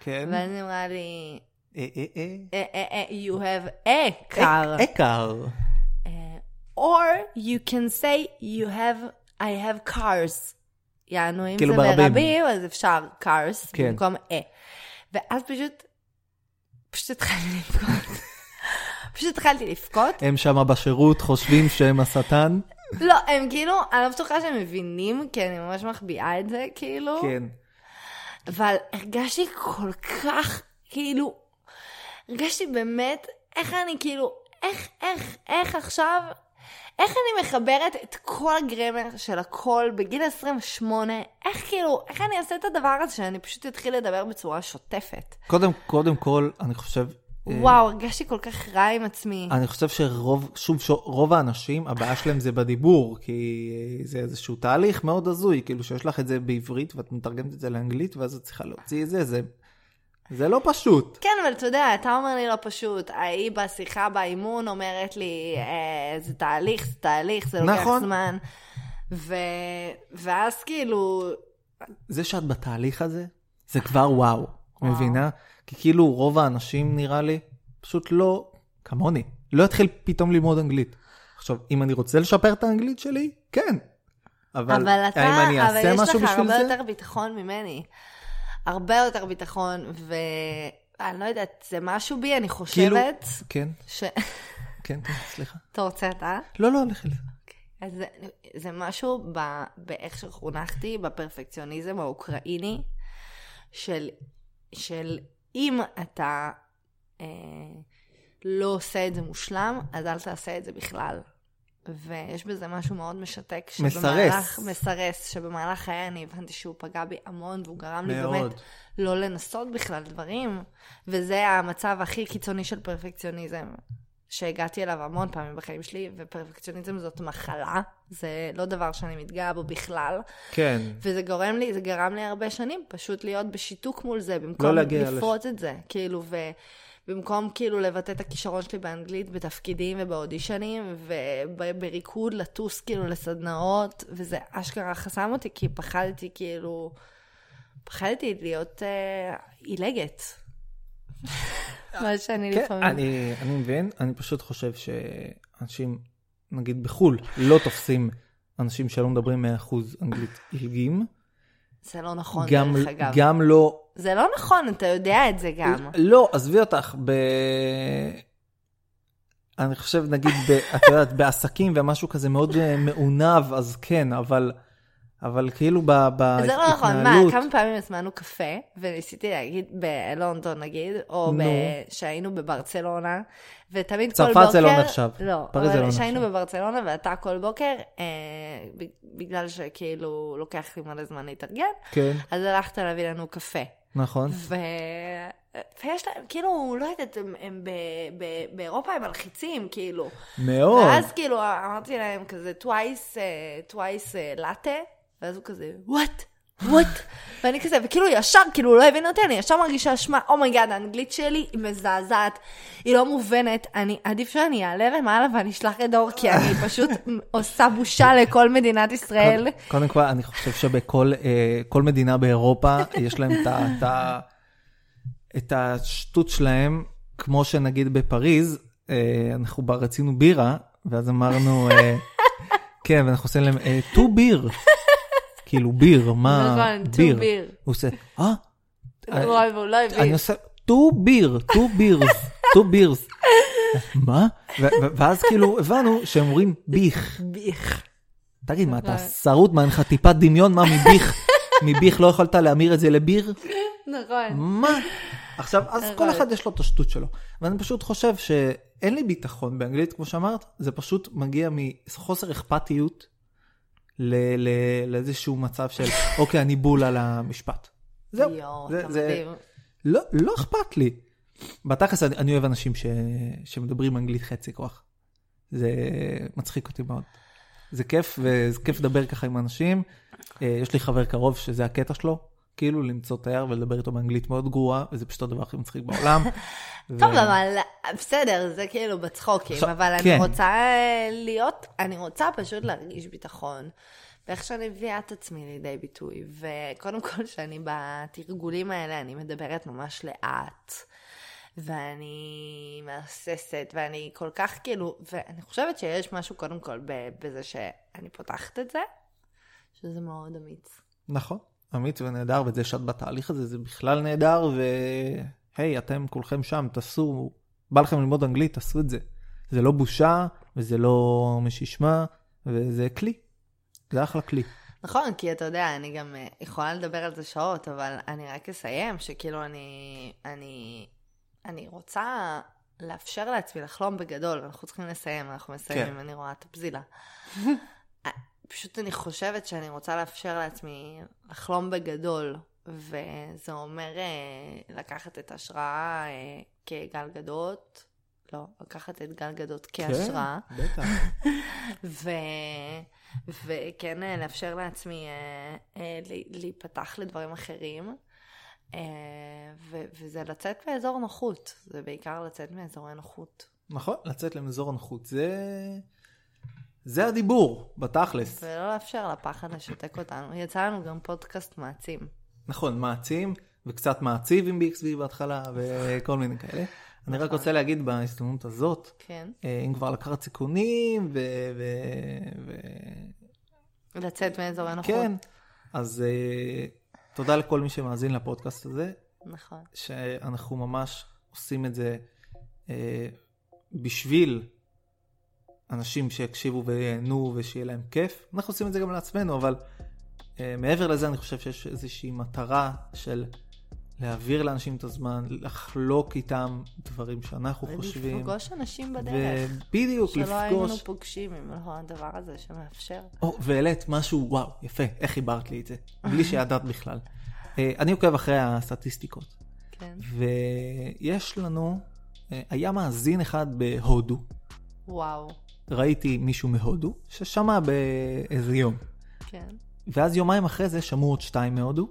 [SPEAKER 1] כן.
[SPEAKER 2] ואז היא אמרה לי,
[SPEAKER 1] אה, אה, אה.
[SPEAKER 2] "אה, אה, אה, you have a car.
[SPEAKER 1] עקר.
[SPEAKER 2] אה, or you can say you have, I have cars. יענו, אם
[SPEAKER 1] כאילו
[SPEAKER 2] זה
[SPEAKER 1] ברבים.
[SPEAKER 2] ברבים, אז אפשר cars
[SPEAKER 1] כן.
[SPEAKER 2] במקום אה. ואז פשוט, פשוט התחלתי לבכות. (laughs) פשוט התחלתי לבכות.
[SPEAKER 1] הם שמה בשירות חושבים שהם השטן.
[SPEAKER 2] (laughs) לא, הם כאילו, אני לא בטוחה שהם מבינים, כי אני ממש מחביאה את זה, כאילו.
[SPEAKER 1] כן.
[SPEAKER 2] אבל הרגשתי כל כך, כאילו, הרגשתי באמת, איך אני כאילו, איך, איך, איך עכשיו, איך אני מחברת את כל הגרמר של הכל בגיל 28? איך כאילו, איך אני אעשה את הדבר הזה שאני פשוט אתחיל לדבר בצורה שוטפת?
[SPEAKER 1] קודם, קודם כל, אני חושב... אה,
[SPEAKER 2] וואו, הרגשתי כל כך רע עם עצמי.
[SPEAKER 1] אני חושב שרוב, שוב, שוב, רוב האנשים, הבעיה שלהם זה בדיבור, כי אה, זה איזשהו תהליך מאוד הזוי, כאילו שיש לך את זה בעברית ואת מתרגמת את זה לאנגלית, ואז את צריכה להוציא את זה, זה, זה לא פשוט.
[SPEAKER 2] כן, אבל אתה יודע, אתה אומר לי לא פשוט. ההיא בשיחה באימון אומרת לי, אה, זה תהליך, זה תהליך, זה לוקח
[SPEAKER 1] נכון.
[SPEAKER 2] זמן. ו... ואז כאילו,
[SPEAKER 1] זה שאת בתהליך הזה, זה כבר וואו, מבינה? כי כאילו רוב האנשים, נראה לי, פשוט לא, כמוני, לא יתחיל פתאום ללמוד אנגלית. עכשיו, אם אני רוצה לשפר את האנגלית שלי, כן. אבל,
[SPEAKER 2] אבל אתה,
[SPEAKER 1] האם אני
[SPEAKER 2] אבל
[SPEAKER 1] אעשה
[SPEAKER 2] יש
[SPEAKER 1] משהו
[SPEAKER 2] לך
[SPEAKER 1] בשביל
[SPEAKER 2] הרבה
[SPEAKER 1] זה?
[SPEAKER 2] יותר ביטחון ממני. הרבה יותר ביטחון, ואני לא יודעת, זה משהו בי, אני חושבת,
[SPEAKER 1] כאילו-
[SPEAKER 2] כאילו...
[SPEAKER 1] כן,
[SPEAKER 2] ש... (laughs)
[SPEAKER 1] כן, כן, סליחה.
[SPEAKER 2] אתה רוצה אתה?
[SPEAKER 1] לא, לא, לכי לזה.
[SPEAKER 2] אז זה, זה משהו ב, באיך שחונכתי, בפרפקציוניזם האוקראיני, של, של אם אתה אה, לא עושה את זה מושלם, אז אל תעשה את זה בכלל. ויש בזה משהו מאוד משתק. שבמהלך-
[SPEAKER 1] מסרס.
[SPEAKER 2] מסרס, שבמהלך חיי אני הבנתי שהוא פגע בי המון, והוא גרם לי
[SPEAKER 1] מאוד.
[SPEAKER 2] באמת לא לנסות בכלל דברים, וזה המצב הכי קיצוני של פרפקציוניזם, שהגעתי אליו המון פעמים בחיים שלי, ופרפקציוניזם זאת מחלה, זה לא דבר שאני מתגאה בו בכלל,
[SPEAKER 1] כן.
[SPEAKER 2] וזה גורם לי, זה גרם לי הרבה שנים פשוט להיות בשיתוק מול זה, במקום
[SPEAKER 1] לא
[SPEAKER 2] לא
[SPEAKER 1] להגיע
[SPEAKER 2] לפרוץ את זה, כאילו, ובמקום כאילו לבטא את הכישרון שלי באנגלית, בתפקידים ובאודישנים, ובריקוד, לטוס כאילו לסדנאות, וזה אשכרה חסם אותי, כי פחדתי כאילו, פחדתי להיות אה, עילגת. מה שאני
[SPEAKER 1] כן,
[SPEAKER 2] לפעמים...
[SPEAKER 1] אני, אני מבין, אני פשוט חושב שאנשים, נגיד בחו"ל, לא תופסים אנשים שלא מדברים 100% אנגלית עילגים.
[SPEAKER 2] זה לא נכון,
[SPEAKER 1] גם,
[SPEAKER 2] דרך אגב.
[SPEAKER 1] גם לא
[SPEAKER 2] זה לא נכון, אתה יודע את זה גם.
[SPEAKER 1] לא, עזבי אותך, ב... אני חושב, נגיד, ב... את יודעת, בעסקים ומשהו כזה מאוד אה, מעונב, אז כן, אבל, אבל כאילו ב... בהתנהלות...
[SPEAKER 2] זה לא נכון, מה, כמה פעמים הזמנו קפה, וניסיתי להגיד בלונדון נגיד, או ב...
[SPEAKER 1] נו.
[SPEAKER 2] שהיינו בברצלונה, ותמיד כל
[SPEAKER 1] צרפת
[SPEAKER 2] בוקר...
[SPEAKER 1] זה לא נחשב.
[SPEAKER 2] לא,
[SPEAKER 1] פריז זה לא
[SPEAKER 2] אבל
[SPEAKER 1] נחשב.
[SPEAKER 2] שהיינו בברצלונה, ואתה כל בוקר, אה, ב- בגלל שכאילו לוקח לי מלא זמן להתארגן,
[SPEAKER 1] כן,
[SPEAKER 2] אז הלכת להביא לנו קפה.
[SPEAKER 1] נכון.
[SPEAKER 2] ו... ויש להם, כאילו, לא יודעת, הם, הם ב... ב... באירופה הם מלחיצים, כאילו.
[SPEAKER 1] מאוד.
[SPEAKER 2] ואז כאילו אמרתי להם כזה twice, אה, twice אה, latte, ואז הוא כזה, what?
[SPEAKER 1] (laughs)
[SPEAKER 2] what? ואני כזה, וכאילו ישר, כאילו הוא לא הבין אותי, אני ישר מרגישה אשמה, אומייגאד, האנגלית שלי היא מזעזעת, היא לא מובנת, אני, עדיף שאני אעלה למעלה ואני אשלח את דור, כי
[SPEAKER 1] (laughs)
[SPEAKER 2] אני פשוט עושה בושה לכל מדינת ישראל.
[SPEAKER 1] קוד- קודם כל, אני חושב שבכל אה, כל מדינה באירופה, יש להם את ה- את ה- את השטות שלהם, כמו שנגיד בפריז, אה, אנחנו בה רצינו בירה, ואז אמרנו, אה, כן, ואנחנו עושים להם, אה, to beer. כאילו, ביר, מה?
[SPEAKER 2] נכון, to
[SPEAKER 1] ביר.
[SPEAKER 2] beer.
[SPEAKER 1] הוא עושה, אה? אה,
[SPEAKER 2] וואי, והוא לא
[SPEAKER 1] אני
[SPEAKER 2] הבין.
[SPEAKER 1] עושה, to beer, to beers, to beers. מה? ו- ו- ואז כאילו הבנו שהם אומרים ביך.
[SPEAKER 2] ביך.
[SPEAKER 1] תגיד, מה, אתה
[SPEAKER 2] נכון.
[SPEAKER 1] שרוט? מה, אין לך טיפת דמיון? מה, מביך?
[SPEAKER 2] (laughs)
[SPEAKER 1] מביך לא יכולת להמיר את זה לביר?
[SPEAKER 2] נכון.
[SPEAKER 1] מה? עכשיו, אז כל אחד יש לו את השטות שלו. ואני פשוט חושב שאין לי ביטחון באנגלית, כמו שאמרת, זה פשוט מגיע מחוסר אכפתיות ל- ל- לאיזשהו מצב של, אוקיי, אני בול על המשפט. זהו.
[SPEAKER 2] יואו,
[SPEAKER 1] זה-
[SPEAKER 2] אתה
[SPEAKER 1] זה-
[SPEAKER 2] מדהים.
[SPEAKER 1] לא, לא אכפת לי. בתכלס, אני, אני אוהב אנשים ש, שמדברים אנגלית חצי כוח. זה מצחיק אותי מאוד. זה כיף, וזה כיף לדבר ככה עם אנשים. אה, יש לי חבר קרוב שזה הקטע שלו, כאילו למצוא תייר ולדבר איתו באנגלית מאוד גרועה, וזה פשוט הדבר הכי מצחיק בעולם. ו-
[SPEAKER 2] טוב, אבל בסדר, זה כאילו בצחוקים,
[SPEAKER 1] עכשיו,
[SPEAKER 2] אבל
[SPEAKER 1] כן.
[SPEAKER 2] אני רוצה אה, להיות, אני רוצה פשוט להרגיש ביטחון. ואיך שאני מביאה את עצמי לידי ביטוי. וקודם כל, שאני בתרגולים האלה, אני מדברת ממש לאט. ואני מהססת, ואני כל כך כאילו, ואני חושבת שיש משהו קודם כל ב- בזה שאני פותחת את זה, שזה מאוד אמיץ.
[SPEAKER 1] נכון, אמיץ ונהדר, וזה שאת בתהליך הזה, זה בכלל נהדר, והי, אתם כולכם שם, תעשו, בא לכם ללמוד אנגלית, תעשו את זה. זה לא בושה, וזה לא מי שישמע, וזה כלי. זה אחלה כלי.
[SPEAKER 2] נכון, כי אתה יודע, אני גם אה, יכולה לדבר על זה שעות, אבל אני רק אסיים, שכאילו אני, אני, אני רוצה לאפשר לעצמי לחלום בגדול, אנחנו צריכים לסיים, אנחנו מסיימים,
[SPEAKER 1] כן.
[SPEAKER 2] אני רואה את הפזילה. אה, פשוט אני חושבת שאני רוצה לאפשר לעצמי לחלום בגדול, וזה אומר אה, לקחת את ההשראה אה, כגל גדות, לא, לקחת את גל גדות כהשראה,
[SPEAKER 1] כן, בטח.
[SPEAKER 2] ו... וכן אה, לאפשר לעצמי אה, אה, לי- להיפתח לדברים אחרים, אה, ו... וזה לצאת מאזור נוחות, זה בעיקר לצאת מאזורי נוחות.
[SPEAKER 1] נכון, לצאת למזור נחות, זה... זה הדיבור, בתכלס.
[SPEAKER 2] ולא לאפשר לפחד לשתק אותנו. יצא לנו גם פודקאסט מעצים.
[SPEAKER 1] נכון, מעצים, וקצת מעציב עם BXB בהתחלה, וכל מיני כאלה. אני רק רוצה להגיד בהזדמנות הזאת,
[SPEAKER 2] כן.
[SPEAKER 1] אה, אם כבר לקחת סיכונים, ו... ו... ו...
[SPEAKER 2] לצאת מאזורי נוחות.
[SPEAKER 1] כן, אז אה, תודה לכל מי שמאזין לפודקאסט הזה,
[SPEAKER 2] נכון.
[SPEAKER 1] שאנחנו ממש עושים את זה אה, בשביל אנשים שיקשיבו וייהנו ושיהיה להם כיף. אנחנו עושים את זה גם לעצמנו, אבל אה, מעבר לזה אני חושב שיש איזושהי מטרה של להעביר לאנשים את הזמן, לחלוק איתם דברים שאנחנו חושבים.
[SPEAKER 2] ולפגוש אנשים בדרך.
[SPEAKER 1] בדיוק,
[SPEAKER 2] שלא היינו
[SPEAKER 1] לפגוש.
[SPEAKER 2] פוגשים אם לא הדבר הזה שמאפשר.
[SPEAKER 1] או, והעלית משהו, וואו, יפה, איך חיברת לי את זה? בלי שידעת בכלל. אה, אני עוקב אחרי הסטטיסטיקות.
[SPEAKER 2] כן.
[SPEAKER 1] ויש לנו, אה, היה מאזין אחד בהודו,
[SPEAKER 2] וואו.
[SPEAKER 1] ראיתי מישהו מהודו, ששמע באיזה יום.
[SPEAKER 2] כן.
[SPEAKER 1] ואז יומיים אחרי זה שמעו עוד שתיים מהודו,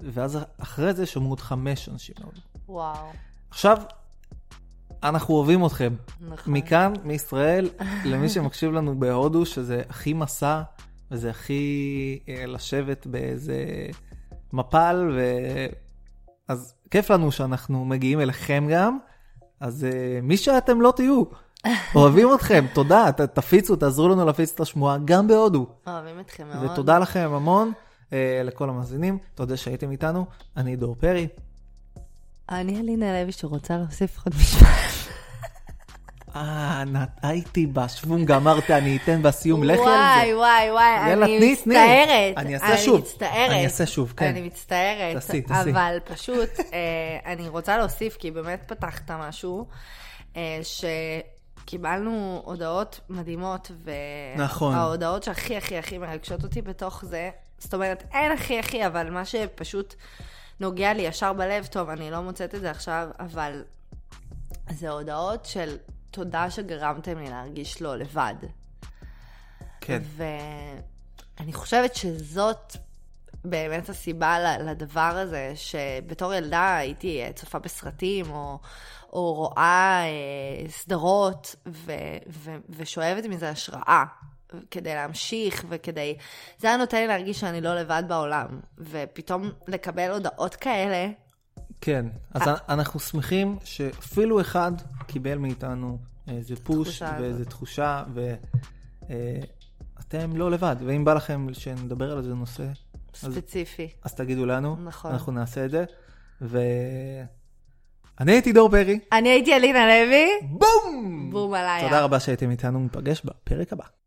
[SPEAKER 1] ואז אחרי זה שמעו עוד חמש אנשים מהודו.
[SPEAKER 2] וואו.
[SPEAKER 1] עכשיו, אנחנו אוהבים אתכם.
[SPEAKER 2] נכון.
[SPEAKER 1] מכאן, מישראל, למי שמקשיב לנו בהודו, שזה הכי מסע, וזה הכי אה, לשבת באיזה מפל, ו... אז כיף לנו שאנחנו מגיעים אליכם גם, אז אה, מי שאתם לא תהיו, אוהבים אתכם, תודה, ת, תפיצו, תעזרו לנו להפיץ את השמועה גם בהודו,
[SPEAKER 2] אוהבים אתכם מאוד.
[SPEAKER 1] ותודה לכם המון. אה, לכל המאזינים, תודה שהייתם איתנו, אני דור פרי.
[SPEAKER 2] אני אלינה לוי שרוצה להוסיף עוד משפט.
[SPEAKER 1] אה, נת- הייתי בה, שוונגה, אמרת, אני אתן בסיום, לכי על זה.
[SPEAKER 2] וואי, וואי, וואי,
[SPEAKER 1] יאללה,
[SPEAKER 2] אני
[SPEAKER 1] תני, תני.
[SPEAKER 2] מצטערת.
[SPEAKER 1] אני אעשה שוב.
[SPEAKER 2] מצטערת.
[SPEAKER 1] אני אעשה שוב, כן.
[SPEAKER 2] אני מצטערת.
[SPEAKER 1] תעשי, תעשי.
[SPEAKER 2] אבל פשוט, אה, אני רוצה להוסיף, כי באמת פתחת משהו, אה, שקיבלנו הודעות מדהימות,
[SPEAKER 1] נכון.
[SPEAKER 2] וההודעות שהכי הכי הכי מרגשות אותי בתוך זה, זאת אומרת, אין הכי הכי, אבל מה שפשוט נוגע לי ישר בלב, טוב, אני לא מוצאת את זה עכשיו, אבל זה הודעות של תודה שגרמתם לי להרגיש לא לבד.
[SPEAKER 1] כן.
[SPEAKER 2] ואני חושבת שזאת באמת הסיבה ל- לדבר הזה, שבתור ילדה הייתי אה, צופה בסרטים, או, או רואה אה, סדרות, ו, ו, ושואבת מזה השראה. כדי להמשיך וכדי... זה היה נותן לי להרגיש שאני לא לבד בעולם. ופתאום לקבל הודעות כאלה,
[SPEAKER 1] כן, אז
[SPEAKER 2] אה.
[SPEAKER 1] אנ- אנחנו שמחים שאפילו אחד קיבל מאיתנו אה, איזה פוש
[SPEAKER 2] התחושה
[SPEAKER 1] ואיזה
[SPEAKER 2] הזאת.
[SPEAKER 1] תחושה, ואתם לא לבד, ואם בא לכם שנדבר על איזה נושא,
[SPEAKER 2] ספציפי.
[SPEAKER 1] אז תגידו לנו,
[SPEAKER 2] נכון.
[SPEAKER 1] אנחנו נעשה את זה, ואני הייתי דור פרי,
[SPEAKER 2] אני הייתי אלינה לוי,
[SPEAKER 1] בום!
[SPEAKER 2] בום עליי.
[SPEAKER 1] תודה רבה שהייתם איתנו, ניפגש בפרק הבא.